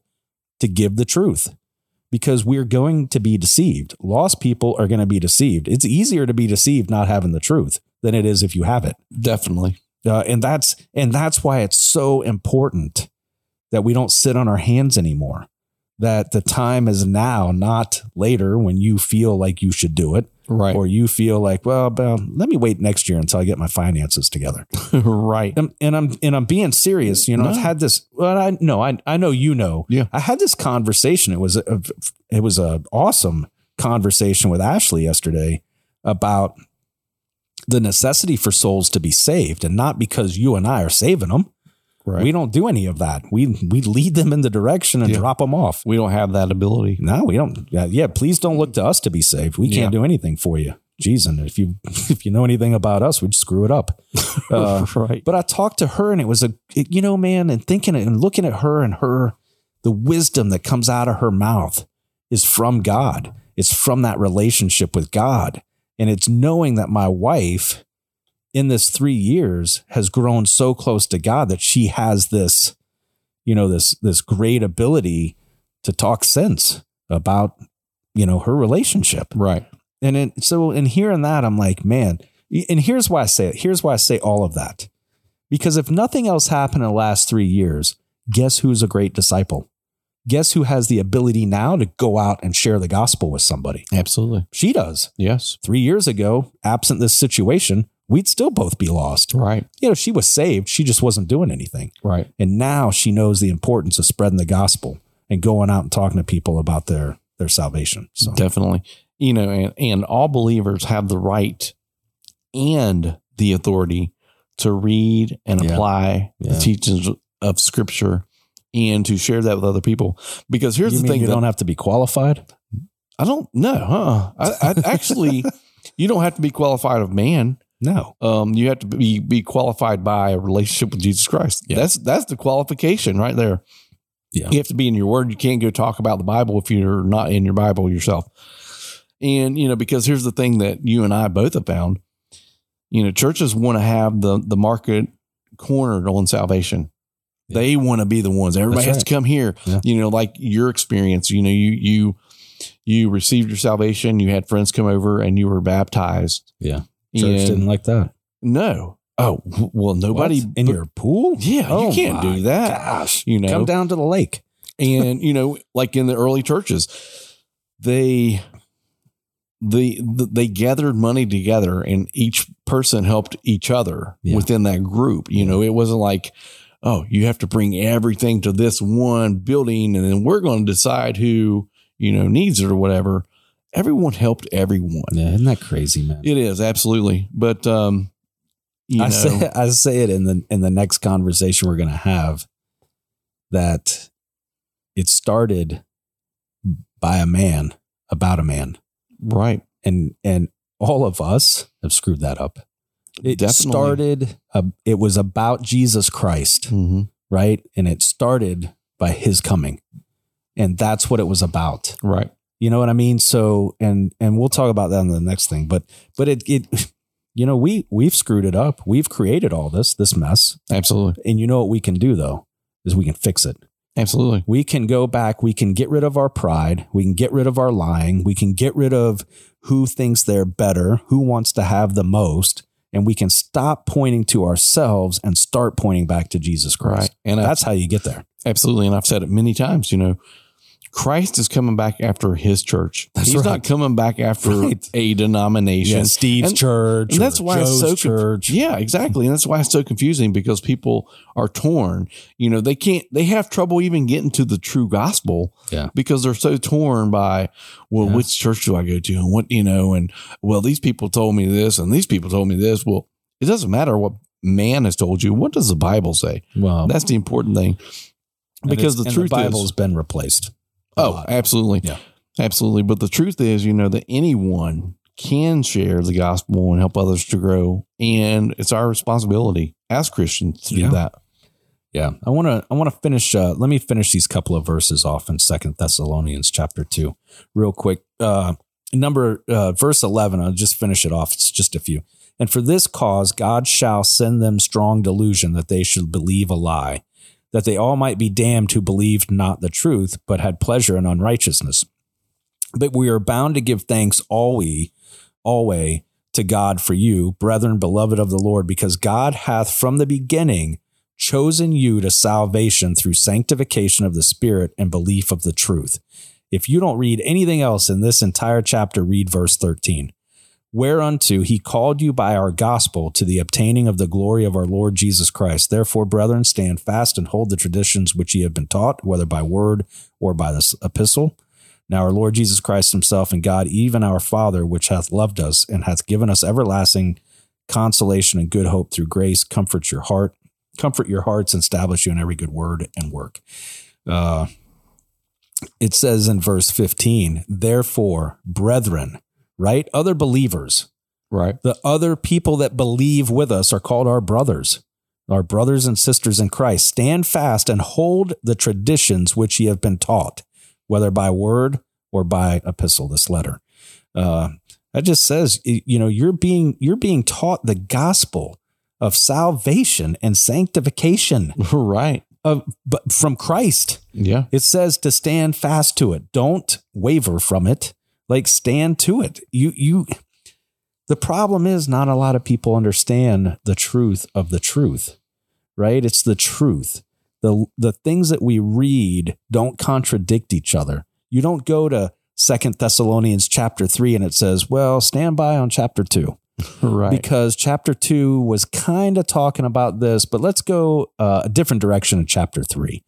[SPEAKER 3] to give the truth because we're going to be deceived. Lost people are going to be deceived. It's easier to be deceived not having the truth than it is if you have it.
[SPEAKER 2] Definitely.
[SPEAKER 3] Uh, and that's and that's why it's so important that we don't sit on our hands anymore. That the time is now, not later when you feel like you should do it,
[SPEAKER 2] Right.
[SPEAKER 3] or you feel like, well, well, let me wait next year until I get my finances together.
[SPEAKER 2] right.
[SPEAKER 3] And, and I'm and I'm being serious. You know, I've
[SPEAKER 2] No.
[SPEAKER 3] had this. Well, I know, I I know you know.
[SPEAKER 2] Yeah.
[SPEAKER 3] I had this conversation. It was a, it was a awesome conversation with Ashley yesterday about the necessity for souls to be saved, and not because you and I are saving them.
[SPEAKER 2] Right.
[SPEAKER 3] We
[SPEAKER 2] We,
[SPEAKER 3] don't do any of that. We we lead them in the direction and
[SPEAKER 2] Yeah.
[SPEAKER 3] drop them off.
[SPEAKER 2] we don't have that ability.
[SPEAKER 3] No, we don't. Yeah, yeah, please don't look to us to be saved. We can't
[SPEAKER 2] Yeah.
[SPEAKER 3] do anything for you. Jeez, and if you if you know anything about us, we'd screw it up. Uh,
[SPEAKER 2] right.
[SPEAKER 3] but I talked to her, and it was a it- you know, man, and thinking and looking at her and her, the wisdom that comes out of her mouth is from God. It's from that relationship with God, and it's knowing that my wife, in this three years, has grown so close to God that she has this, you know, this this great ability to talk sense about, you know, her relationship.
[SPEAKER 2] Right.
[SPEAKER 3] And in, so in hearing that, I'm like, man, and here's why I say it. Here's why I say all of that. Because if nothing else happened in the last three years, guess who's a great disciple? Guess who has the ability now to go out and share the gospel with somebody?
[SPEAKER 2] Absolutely.
[SPEAKER 3] She does.
[SPEAKER 2] Yes.
[SPEAKER 3] Three years ago, absent this situation, we'd still both be lost.
[SPEAKER 2] Right.
[SPEAKER 3] You know, she was saved. She just wasn't doing anything.
[SPEAKER 2] Right.
[SPEAKER 3] And now she knows the importance of spreading the gospel and going out and talking to people about their their salvation. So
[SPEAKER 2] Definitely. You know, and, and all believers have the right and the authority to read and
[SPEAKER 3] Yeah.
[SPEAKER 2] apply
[SPEAKER 3] Yeah.
[SPEAKER 2] the teachings of scripture and to share that with other people. Because here's
[SPEAKER 3] You
[SPEAKER 2] the
[SPEAKER 3] mean
[SPEAKER 2] thing
[SPEAKER 3] you
[SPEAKER 2] that
[SPEAKER 3] don't have to be qualified.
[SPEAKER 2] I don't know, huh? I, I actually, you don't have to be qualified of man.
[SPEAKER 3] No.
[SPEAKER 2] Um, you have to be be qualified by a relationship with Jesus Christ.
[SPEAKER 3] Yeah.
[SPEAKER 2] That's that's the qualification right there.
[SPEAKER 3] Yeah.
[SPEAKER 2] You have to be in your word. You can't go talk about the Bible if you're not in your Bible yourself. And you know, because here's the thing that you and I both have found. You know, churches want to have the the market cornered on salvation.
[SPEAKER 3] Yeah.
[SPEAKER 2] They want to be the ones. Everybody has
[SPEAKER 3] That's right.
[SPEAKER 2] to come here.
[SPEAKER 3] Yeah.
[SPEAKER 2] You know, like your experience. You know, you you you received your salvation. You had friends come over, and you were baptized.
[SPEAKER 3] Yeah. Church
[SPEAKER 2] And-
[SPEAKER 3] didn't like that.
[SPEAKER 2] no. Oh w- well, nobody
[SPEAKER 3] What? in your pool.
[SPEAKER 2] Yeah,
[SPEAKER 3] Oh
[SPEAKER 2] you can't
[SPEAKER 3] my
[SPEAKER 2] do that.
[SPEAKER 3] Gosh,
[SPEAKER 2] You know,
[SPEAKER 3] come down to the lake.
[SPEAKER 2] and you know, like in the early churches, they the, the they gathered money together, and each person helped each other
[SPEAKER 3] Yeah.
[SPEAKER 2] within that group. You know, it wasn't like. Oh, you have to bring everything to this one building, and then we're going to decide who you know needs it or whatever. Everyone helped everyone.
[SPEAKER 3] Yeah, isn't that crazy, man?
[SPEAKER 2] It is absolutely, but um, you
[SPEAKER 3] I
[SPEAKER 2] know,
[SPEAKER 3] say I say it in the in the next conversation we're gonna have that it started by a man about a man,
[SPEAKER 2] right?
[SPEAKER 3] and and all of us have screwed that up. It
[SPEAKER 2] Definitely.
[SPEAKER 3] started. uh, it was about Jesus Christ.
[SPEAKER 2] Mm-hmm.
[SPEAKER 3] right? And it started by his coming. And that's what it was about.
[SPEAKER 2] Right.
[SPEAKER 3] You know what I mean? So and and we'll talk about that in the next thing, but but it it you know, we we've screwed it up. We've created all this this mess.
[SPEAKER 2] Absolutely.
[SPEAKER 3] And you know what we can do though is we can fix it.
[SPEAKER 2] Absolutely.
[SPEAKER 3] We can go back, we can get rid of our pride, we can get rid of our lying, we can get rid of who thinks they're better, who wants to have the most, and we can stop pointing to ourselves and start pointing back to Jesus Christ.
[SPEAKER 2] Right. And I,
[SPEAKER 3] That's how you get there.
[SPEAKER 2] absolutely. And I've said it many times, you know, Christ is coming back after his church.
[SPEAKER 3] That's
[SPEAKER 2] He's
[SPEAKER 3] right.
[SPEAKER 2] not coming back after
[SPEAKER 3] Right.
[SPEAKER 2] a denomination.
[SPEAKER 3] Yeah, Steve's
[SPEAKER 2] And-
[SPEAKER 3] church.
[SPEAKER 2] and that's
[SPEAKER 3] or
[SPEAKER 2] why
[SPEAKER 3] Joe's
[SPEAKER 2] it's so conf-
[SPEAKER 3] church.
[SPEAKER 2] Yeah, exactly. And that's why it's so confusing because people are torn. You know, they can't, they have trouble even getting to the true gospel
[SPEAKER 3] Yeah.
[SPEAKER 2] because they're so torn by, well,
[SPEAKER 3] Yeah.
[SPEAKER 2] which church do I go to? And what, you know, and well, these people told me this and these people told me this. Well, it doesn't matter what man has told you. What does the Bible say?
[SPEAKER 3] Well,
[SPEAKER 2] That's the important thing. Because the truth
[SPEAKER 3] the Bible
[SPEAKER 2] is,
[SPEAKER 3] has been replaced. a
[SPEAKER 2] Oh,
[SPEAKER 3] lot.
[SPEAKER 2] absolutely.
[SPEAKER 3] Yeah.
[SPEAKER 2] Absolutely. But the truth is, you know, that anyone can share the gospel and help others to grow. And it's our responsibility as Christians to
[SPEAKER 3] Yeah.
[SPEAKER 2] do that.
[SPEAKER 3] Yeah, I want to. I want to finish. Uh, let me finish these couple of verses off in Second Thessalonians chapter two, real quick. Uh, number uh, verse eleven. I'll just finish it off. It's just a few. And for this cause, God shall send them strong delusion that they should believe a lie, that they all might be damned who believed not the truth, but had pleasure in unrighteousness. But we are bound to give thanks always, always to God for you, brethren, beloved of the Lord, because God hath from the beginning chosen you to salvation through sanctification of the Spirit and belief of the truth. If you don't read anything else in this entire chapter, read verse 13. Whereunto he called you by our gospel to the obtaining of the glory of our Lord Jesus Christ. Therefore, brethren, stand fast and hold the traditions which ye have been taught, whether by word or by this epistle. Now, our Lord Jesus Christ himself and God, even our Father, which hath loved us and hath given us everlasting consolation and good hope through grace, comfort your heart, comfort your hearts, and establish you in every good word and work. Uh, it says in verse 15, therefore, brethren, right? Other believers,
[SPEAKER 2] Right.
[SPEAKER 3] the other people that believe with us are called our brothers, our brothers and sisters in Christ. Stand fast and hold the traditions which ye have been taught, whether by word or by epistle, this letter. Uh, that just says, y- you know, you're being you're being taught the gospel of salvation and sanctification
[SPEAKER 2] right.
[SPEAKER 3] of but from Christ.
[SPEAKER 2] Yeah.
[SPEAKER 3] It says to stand fast to it. Don't waver from it. Like stand to it. You you the problem is not a lot of people understand the truth of the truth. Right? It's the truth. The the things that we read don't contradict each other. You don't go to Second Thessalonians chapter 3 and it says, "Well, stand by on chapter 2."
[SPEAKER 2] Right.
[SPEAKER 3] because chapter two was kind of talking about this, but let's go uh, a different direction in chapter three.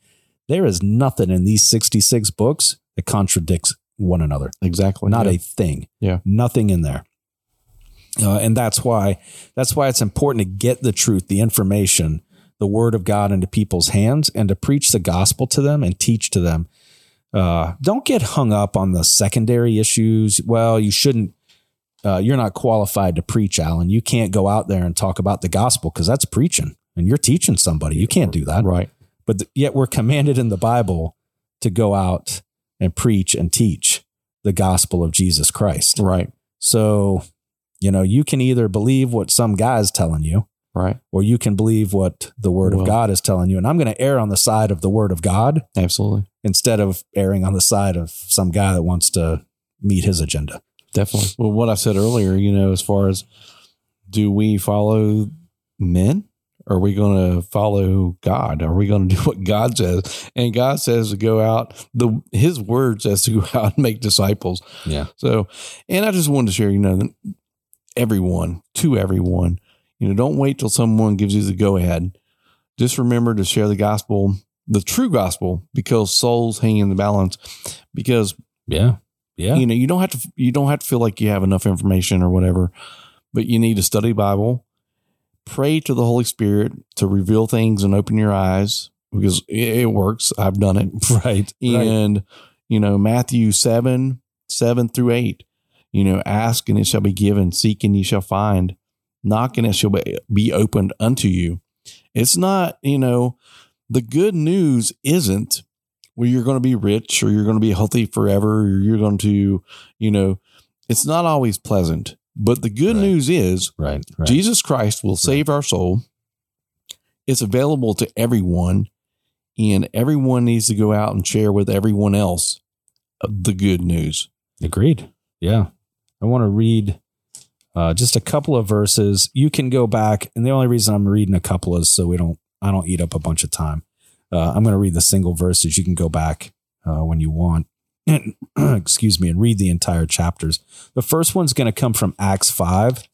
[SPEAKER 3] There is nothing in these 66 books that contradicts one another.
[SPEAKER 2] exactly.
[SPEAKER 3] Not
[SPEAKER 2] yeah.
[SPEAKER 3] a thing.
[SPEAKER 2] Yeah.
[SPEAKER 3] Nothing in there. Uh, and that's why that's why it's important to get the truth, the information, the word of God into people's hands, and to preach the gospel to them and teach to them. Uh, don't get hung up on the secondary issues. Well, you shouldn't. Uh, you're not qualified to preach, Alan. You can't go out there and talk about the gospel because that's preaching, and you're teaching somebody. You can't do that
[SPEAKER 2] right.
[SPEAKER 3] but th- yet we're commanded in the Bible to go out and preach and teach the gospel of Jesus Christ.
[SPEAKER 2] Right.
[SPEAKER 3] So, you know, you can either believe what some guy is telling you,
[SPEAKER 2] Right.
[SPEAKER 3] or you can believe what the word
[SPEAKER 2] Well-
[SPEAKER 3] of God is telling you. And I'm going to err on the side of the word of God
[SPEAKER 2] Absolutely.
[SPEAKER 3] instead of erring on the side of some guy that wants to meet his agenda.
[SPEAKER 2] Definitely. Well, what I said earlier, you know, as far as do we follow men? Are we going to follow God? Are we going to do what God says? And God says to go out. The His word says to go out and make disciples.
[SPEAKER 3] Yeah.
[SPEAKER 2] So, and I just wanted to share, you know, that everyone to everyone, you know, don't wait till someone gives you the go ahead. Just remember to share the gospel, the true gospel, because souls hang in the balance. Because
[SPEAKER 3] Yeah. Yeah.
[SPEAKER 2] you know you don't have to you don't have to feel like you have enough information or whatever but you need to study bible pray to the holy spirit to reveal things and open your eyes because it, it works i've done it
[SPEAKER 3] Right. right.
[SPEAKER 2] and you know matthew 7 7 through 8 you know ask and it shall be given seek and ye shall find knock and it shall be, be opened unto you it's not you know the good news isn't well you're going to be rich or you're going to be healthy forever or you're going to you know it's not always pleasant but the good
[SPEAKER 3] Right.
[SPEAKER 2] news is
[SPEAKER 3] Right. Right.
[SPEAKER 2] Jesus Christ will save our soul. It's available to everyone, and everyone needs to go out and share with everyone else uh, the good news.
[SPEAKER 3] Agreed. Yeah. I want to read uh, just a couple of verses. You can go back, and the only reason I'm reading a couple is so we don't I don't eat up a bunch of time. Uh, I'm going to read the single verses. You can go back uh, when you want. And, excuse me, and read the entire chapters. The first one's going to come from Acts five,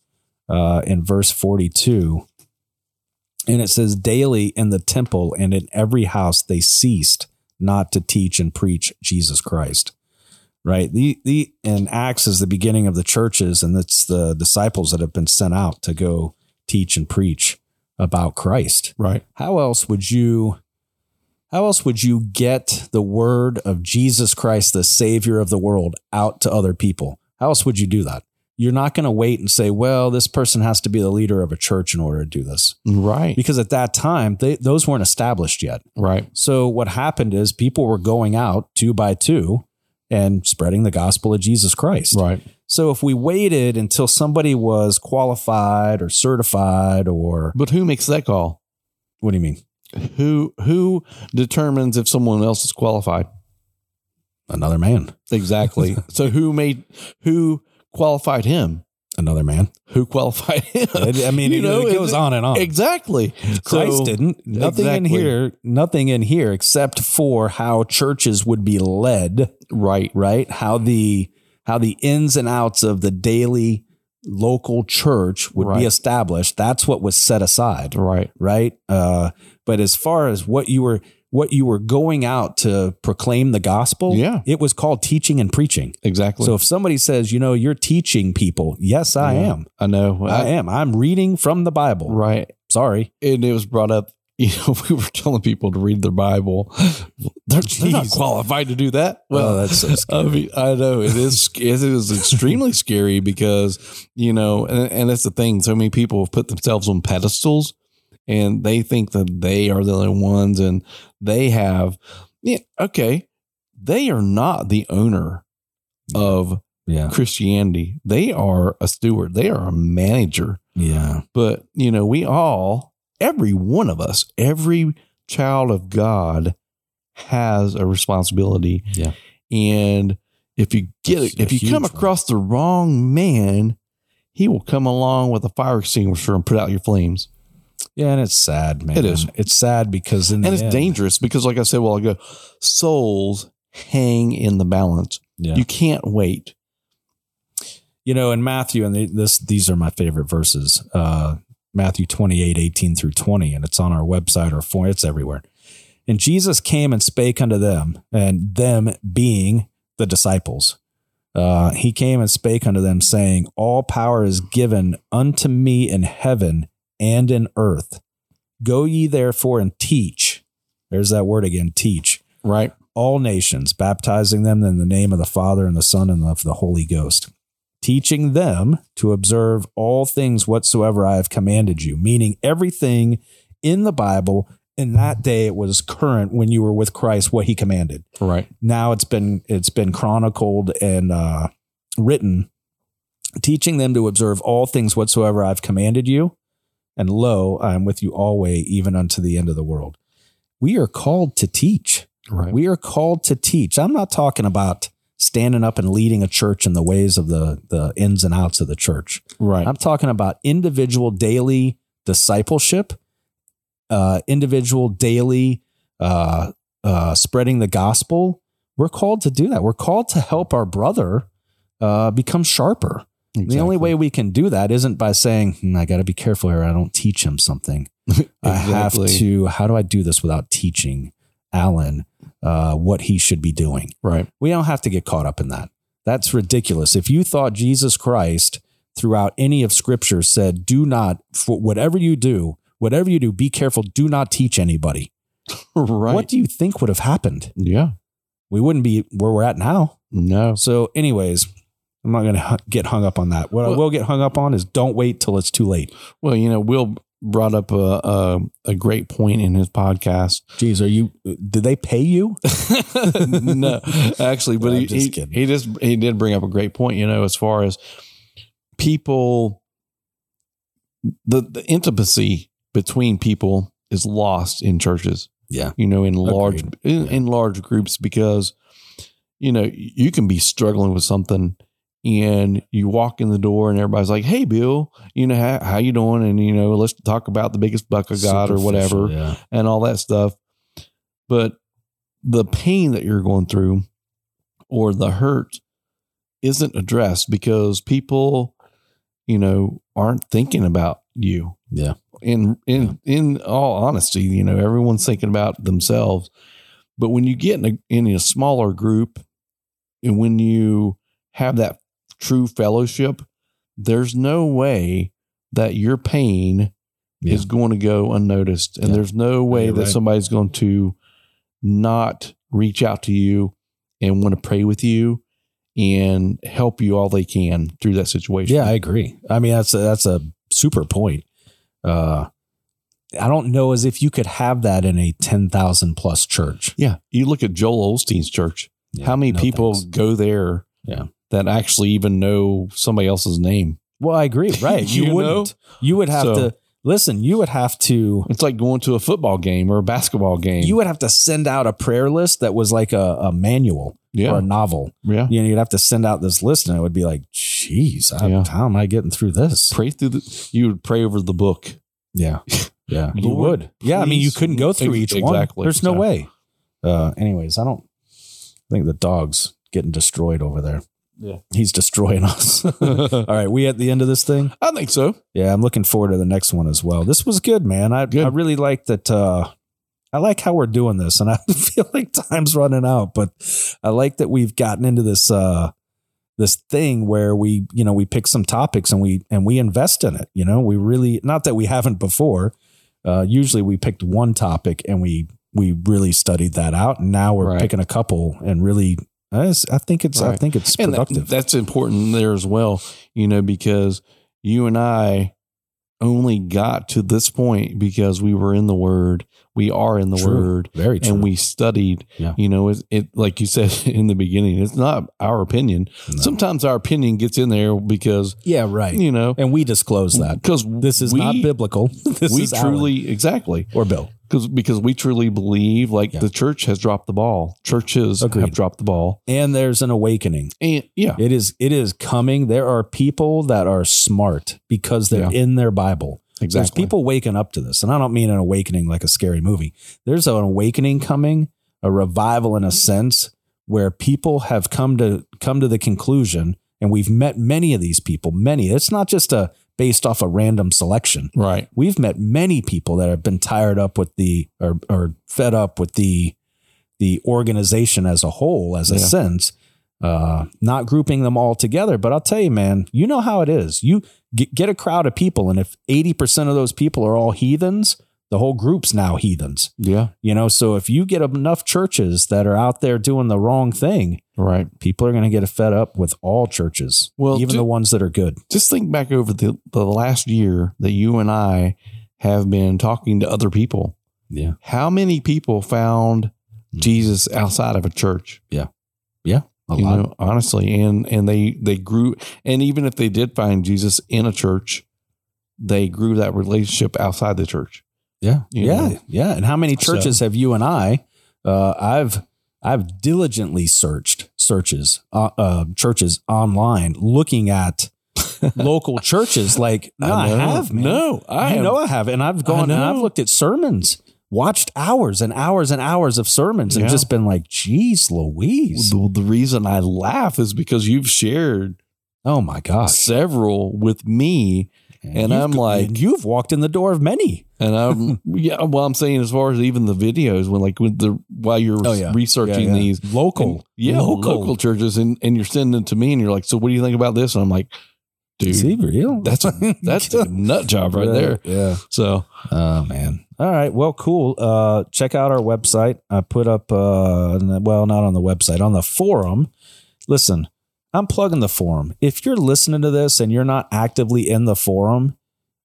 [SPEAKER 3] uh, in verse forty-two, and it says, "Daily in the temple and in every house they ceased not to teach and preach Jesus Christ." right? The the and Acts is the beginning of the churches, and it's the disciples that have been sent out to go teach and preach about Christ.
[SPEAKER 2] Right.
[SPEAKER 3] How else would you how else would you get the word of Jesus Christ, the Savior of the world, out to other people? How else would you do that? you're not going to wait and say, well, this person has to be the leader of a church in order to do this.
[SPEAKER 2] Right.
[SPEAKER 3] Because at that time, they, those weren't established yet.
[SPEAKER 2] Right.
[SPEAKER 3] So what happened is people were going out two by two and spreading the gospel of Jesus Christ.
[SPEAKER 2] Right.
[SPEAKER 3] So if we waited until somebody was qualified or certified or
[SPEAKER 2] But who makes that call?
[SPEAKER 3] what do you mean?
[SPEAKER 2] Who who determines if someone else is qualified?
[SPEAKER 3] Another man,
[SPEAKER 2] Exactly. so who made who qualified him?
[SPEAKER 3] another man.
[SPEAKER 2] Who qualified him?
[SPEAKER 3] I I mean,
[SPEAKER 2] You
[SPEAKER 3] it,
[SPEAKER 2] know,
[SPEAKER 3] it goes
[SPEAKER 2] it-
[SPEAKER 3] on and on.
[SPEAKER 2] Exactly.
[SPEAKER 3] Christ
[SPEAKER 2] So-
[SPEAKER 3] didn't. Nothing in
[SPEAKER 2] Exactly.
[SPEAKER 3] here, nothing in here except for how churches would be led,
[SPEAKER 2] Right.
[SPEAKER 3] right? How the how the ins and outs of the daily local church would
[SPEAKER 2] Right.
[SPEAKER 3] be established. That's what was set aside,
[SPEAKER 2] Right.
[SPEAKER 3] right? Uh, but as far as what you were what you were going out to proclaim the gospel,
[SPEAKER 2] Yeah.
[SPEAKER 3] it was called teaching and preaching.
[SPEAKER 2] Exactly.
[SPEAKER 3] So if somebody says, you know, you're teaching people, yes, I
[SPEAKER 2] Yeah.
[SPEAKER 3] am.
[SPEAKER 2] I know.
[SPEAKER 3] I am. I'm reading from the Bible.
[SPEAKER 2] Right.
[SPEAKER 3] Sorry.
[SPEAKER 2] and it was brought up. You know, we were telling people to read their Bible. They're, they're not
[SPEAKER 3] Jeez.
[SPEAKER 2] qualified to do that.
[SPEAKER 3] Well,
[SPEAKER 2] Well,
[SPEAKER 3] Uh, that's so scary.
[SPEAKER 2] I mean, I know it is. sc- It is extremely scary because you know, and, and that's the thing. So many people have put themselves on pedestals, and they think that they are the only ones, and they have. Yeah, okay, they are not the owner of
[SPEAKER 3] yeah.
[SPEAKER 2] Christianity. They are a steward. They are a manager
[SPEAKER 3] Yeah.
[SPEAKER 2] but you know we all every one of us every child of god has a responsibility
[SPEAKER 3] Yeah.
[SPEAKER 2] and if you get
[SPEAKER 3] It's
[SPEAKER 2] it
[SPEAKER 3] a
[SPEAKER 2] if you
[SPEAKER 3] huge
[SPEAKER 2] come
[SPEAKER 3] one.
[SPEAKER 2] across the wrong man he will come along with a fire extinguisher and put out your flames
[SPEAKER 3] Yeah, and it's sad, man.
[SPEAKER 2] It is.
[SPEAKER 3] It's sad because in the
[SPEAKER 2] and it's
[SPEAKER 3] end-
[SPEAKER 2] dangerous because like i said a while ago souls hang in the balance
[SPEAKER 3] Yeah.
[SPEAKER 2] you can't wait
[SPEAKER 3] you know in matthew and the, this these are my favorite verses uh matthew 28 18 through 20 and it's on our website or for it's everywhere and jesus came and spake unto them and them being the disciples uh, he came and spake unto them saying all power is given unto me in heaven and in earth go ye therefore and teach there's that word again teach
[SPEAKER 2] right
[SPEAKER 3] all nations, baptizing them in the name of the Father and the Son and of the Holy Ghost, teaching them to observe all things whatsoever I have commanded you, meaning everything in the Bible. In that day, it was current when you were with Christ what He commanded.
[SPEAKER 2] right
[SPEAKER 3] Now it's been it's been chronicled and uh, written, teaching them to observe all things whatsoever I've commanded you. And lo, I am with you always, even unto the end of the world. We are called to teach.
[SPEAKER 2] right
[SPEAKER 3] We are called to teach. I'm not talking about standing up and leading a church in the ways of the the ins and outs of the church.
[SPEAKER 2] right
[SPEAKER 3] I'm talking about individual daily discipleship, uh, individual daily uh, uh, spreading the gospel. We're called to do that. We're called to help our brother uh, become sharper. The only way we can do that isn't by saying, hmm, I got to be careful here. I don't teach him something. I have
[SPEAKER 2] Exactly.
[SPEAKER 3] to, how do I do this without teaching Alan uh, what he should be doing?
[SPEAKER 2] right
[SPEAKER 3] We don't have to get caught up in that. That's ridiculous. If you thought Jesus Christ throughout any of scripture said, do not, for whatever you do, whatever you do, be careful, do not teach anybody.
[SPEAKER 2] right
[SPEAKER 3] What do you think would have happened?
[SPEAKER 2] yeah
[SPEAKER 3] We wouldn't be where we're at now.
[SPEAKER 2] no
[SPEAKER 3] So, anyways, I'm not going to get hung up on that. What I
[SPEAKER 2] Well-
[SPEAKER 3] will get hung up on is don't wait till it's too late.
[SPEAKER 2] Well, you know, Will brought up a a, a great point in his podcast.
[SPEAKER 3] Geez, are you? Did they pay you?
[SPEAKER 2] no, actually, but
[SPEAKER 3] No, I'm
[SPEAKER 2] he,
[SPEAKER 3] just
[SPEAKER 2] he-
[SPEAKER 3] kidding.
[SPEAKER 2] he just he did bring up a great point. You know, as far as people, the the intimacy between people is lost in churches.
[SPEAKER 3] Yeah.
[SPEAKER 2] you know, in large
[SPEAKER 3] Agreed.
[SPEAKER 2] in,
[SPEAKER 3] Yeah.
[SPEAKER 2] in large groups because you know you can be struggling with something and you walk in the door and everybody's like hey bill you know how, how you doing and you know let's talk about the biggest buck of god or whatever
[SPEAKER 3] Superficial, Yeah.
[SPEAKER 2] and all that stuff. But the pain that you're going through or the hurt isn't addressed because people, you know, aren't thinking about you.
[SPEAKER 3] Yeah.
[SPEAKER 2] In in in all honesty, you know, everyone's thinking about themselves. But when you get in a, in a smaller group and when you have that true fellowship, there's no way that your pain
[SPEAKER 3] Yeah.
[SPEAKER 2] is going to go unnoticed. And
[SPEAKER 3] Yeah.
[SPEAKER 2] there's no way
[SPEAKER 3] You're
[SPEAKER 2] that
[SPEAKER 3] right.
[SPEAKER 2] somebody's going to not reach out to you and want to pray with you and help you all they can through that situation.
[SPEAKER 3] Yeah, I agree. I mean, that's a, that's a super point. Uh, I don't know as if you could have that in a ten thousand plus church.
[SPEAKER 2] Yeah. You look at Joel Olstein's church. How many
[SPEAKER 3] No
[SPEAKER 2] people
[SPEAKER 3] thanks.
[SPEAKER 2] go there
[SPEAKER 3] Yeah.
[SPEAKER 2] that actually even know somebody else's name?
[SPEAKER 3] Well, I agree. Right? You,
[SPEAKER 2] You
[SPEAKER 3] wouldn't. You would have
[SPEAKER 2] So-
[SPEAKER 3] to listen. You would have to.
[SPEAKER 2] It's like going to a football game or a basketball game.
[SPEAKER 3] You would have to send out a prayer list that was like a, a manual
[SPEAKER 2] yeah.
[SPEAKER 3] or a novel.
[SPEAKER 2] yeah.
[SPEAKER 3] You know, you'd have to send out this list, and it would be like, "Jeez, I-
[SPEAKER 2] Yeah.
[SPEAKER 3] how am I getting through this?"
[SPEAKER 2] Pray through the, you would pray over the book.
[SPEAKER 3] Yeah, yeah, you
[SPEAKER 2] Lord,
[SPEAKER 3] would. Yeah, I mean, you
[SPEAKER 2] please-
[SPEAKER 3] couldn't go through each one.
[SPEAKER 2] Exactly.
[SPEAKER 3] There's no
[SPEAKER 2] So-
[SPEAKER 3] way. Uh, anyways, I don't think the dog's getting destroyed over there.
[SPEAKER 2] Yeah.
[SPEAKER 3] he's destroying us. All right, we at the end of this thing.
[SPEAKER 2] I think so.
[SPEAKER 3] Yeah, I'm looking forward to the next one as well. This was good, man. I
[SPEAKER 2] Good.
[SPEAKER 3] I really like that. Uh, I like how we're doing this, and I feel like time's running out. But I like that we've gotten into this uh, this thing where we, you know, we pick some topics and we and we invest in it. You know, we really not that we haven't before. Uh, usually, we picked one topic and we we really studied that out. And now we're
[SPEAKER 2] Right.
[SPEAKER 3] picking a couple and really. I s- I think it's I
[SPEAKER 2] Right.
[SPEAKER 3] think it's
[SPEAKER 2] And that-
[SPEAKER 3] productive.
[SPEAKER 2] that's important there as well, you know, because you and I only got to this point because we were in the Word, we are in the
[SPEAKER 3] True.
[SPEAKER 2] Word,
[SPEAKER 3] Very true.
[SPEAKER 2] and we studied.
[SPEAKER 3] Yeah.
[SPEAKER 2] You know, it, it like you said in the beginning, it's not our opinion.
[SPEAKER 3] No.
[SPEAKER 2] Sometimes our opinion gets in there because
[SPEAKER 3] yeah right.
[SPEAKER 2] you know
[SPEAKER 3] And we disclose that.
[SPEAKER 2] because
[SPEAKER 3] This is not biblical. This
[SPEAKER 2] we
[SPEAKER 3] is Alan.
[SPEAKER 2] truly exactly
[SPEAKER 3] or Bill.
[SPEAKER 2] because because we truly believe like
[SPEAKER 3] Yeah.
[SPEAKER 2] the church has dropped the ball. Churches
[SPEAKER 3] Agreed.
[SPEAKER 2] have dropped the ball,
[SPEAKER 3] And there's an awakening.
[SPEAKER 2] and yeah,
[SPEAKER 3] It is it is coming. There are people that are smart because they're in their Bible. There's
[SPEAKER 2] exactly.
[SPEAKER 3] people waking up to this. And I don't mean an awakening like a scary movie. There's an awakening coming, a revival in a sense where people have come to come to the conclusion and we've met many of these people, many. It's not just a based off a random selection.
[SPEAKER 2] right.
[SPEAKER 3] we've met many people that have been tired up with the or, or fed up with the the organization as a whole as a
[SPEAKER 2] Yeah.
[SPEAKER 3] sense uh not grouping them all together but i'll tell you man you know how it is you get, get a crowd of people and if 80% of those people are all heathens the whole group's now heathens
[SPEAKER 2] Yeah.
[SPEAKER 3] you know so if you get enough churches that are out there doing the wrong thing
[SPEAKER 2] Right.
[SPEAKER 3] people are going to get fed up with all churches
[SPEAKER 2] Well,
[SPEAKER 3] even
[SPEAKER 2] ju-
[SPEAKER 3] the ones that are good
[SPEAKER 2] Just think back over the, the last year that you and I have been talking to other people.
[SPEAKER 3] yeah
[SPEAKER 2] How many people found
[SPEAKER 3] Mm.
[SPEAKER 2] Jesus outside of a church?
[SPEAKER 3] a
[SPEAKER 2] you
[SPEAKER 3] lot
[SPEAKER 2] know, honestly, and and they they grew, and even if they did find Jesus in a church, they grew that relationship outside the church.
[SPEAKER 3] Yeah.
[SPEAKER 2] You
[SPEAKER 3] yeah.
[SPEAKER 2] know?
[SPEAKER 3] Yeah. And how many churches have you and I, uh, I've, I've diligently searched searches, uh, uh, churches online looking at local churches. Like, no, I,
[SPEAKER 2] know.
[SPEAKER 3] have, man.
[SPEAKER 2] No, I
[SPEAKER 3] I
[SPEAKER 2] am-
[SPEAKER 3] know I have. And I've gone and I've
[SPEAKER 2] know.
[SPEAKER 3] looked at sermons, watched hours and hours and hours of sermons and
[SPEAKER 2] Yeah.
[SPEAKER 3] just been like, geez, Louise.
[SPEAKER 2] The, the reason I laugh is because you've shared
[SPEAKER 3] Oh my gosh.
[SPEAKER 2] several with me, and
[SPEAKER 3] You've-
[SPEAKER 2] I'm like,
[SPEAKER 3] you've walked in the door of many.
[SPEAKER 2] And I'm yeah. Well, I'm saying as far as even the videos when like with the while you're
[SPEAKER 3] Oh, yeah.
[SPEAKER 2] researching
[SPEAKER 3] Yeah, yeah.
[SPEAKER 2] these
[SPEAKER 3] Local.
[SPEAKER 2] and- yeah, local. churches, and and you're sending it to me, and you're like, so what do you think about this? And I'm like, dude,
[SPEAKER 3] Is he real?
[SPEAKER 2] that's that's a nut job right there.
[SPEAKER 3] Yeah.
[SPEAKER 2] So
[SPEAKER 3] Oh man. All right. Well, cool. Uh, check out our website. I put up, uh, n- well, not on the website, on the forum. Listen, I'm plugging the forum. If you're listening to this and you're not actively in the forum,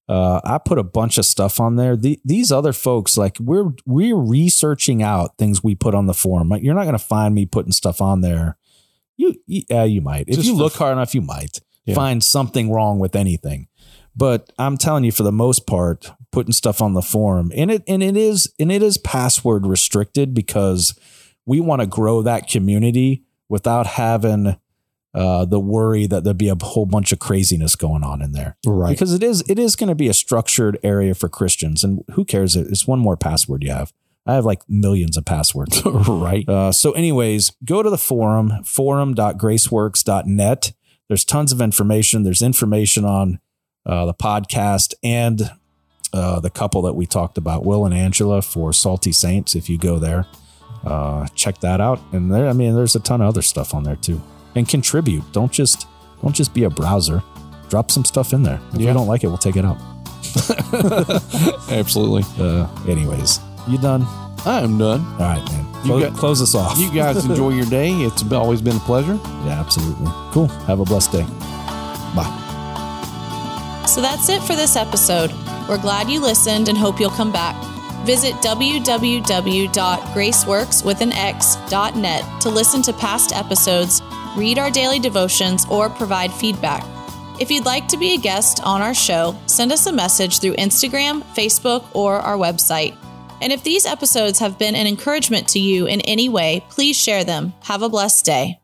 [SPEAKER 3] uh, I put a bunch of stuff on there. The, these other folks, like we're we're researching out things we put on the forum. Like, you're not going to find me putting stuff on there. You, you, uh, you might if
[SPEAKER 2] Just
[SPEAKER 3] you
[SPEAKER 2] for
[SPEAKER 3] look hard enough, you might
[SPEAKER 2] Yeah.
[SPEAKER 3] find something wrong with anything. But I'm telling you, for the most part, putting stuff on the forum and it and it is and it is password restricted because we want to grow that community without having uh, the worry that there'd be a whole bunch of craziness going on in there
[SPEAKER 2] right,
[SPEAKER 3] because it is it is going to be a structured area for Christians, and who cares? It's one more password you have. I have like millions of passwords.
[SPEAKER 2] right,
[SPEAKER 3] Uh, so, anyways, go to the forum, forum.graceworks.net. There's tons of information. There's information on uh, the podcast and uh, the couple that we talked about, Will and Angela for Salty Saints. If you go there, uh, check that out. And there, I mean, there's a ton of other stuff on there too. And contribute. Don't just don't just be a browser. Drop some stuff in there. If you
[SPEAKER 2] Yeah.
[SPEAKER 3] don't like it, we'll take it out.
[SPEAKER 2] absolutely.
[SPEAKER 3] Uh, anyways, you done?
[SPEAKER 2] I am done.
[SPEAKER 3] All right, man. Close,
[SPEAKER 2] got-
[SPEAKER 3] close us off.
[SPEAKER 2] You guys enjoy your day. It's been- always been a pleasure.
[SPEAKER 3] yeah, absolutely. Cool. Have a blessed day. Bye.
[SPEAKER 1] So that's it for this episode. We're glad you listened and hope you'll come back. Visit www.graceworkswithanx.net to listen to past episodes, read our daily devotions, or provide feedback. If you'd like to be a guest on our show, send us a message through Instagram, Facebook, or our website. And if these episodes have been an encouragement to you in any way, please share them. Have a blessed day.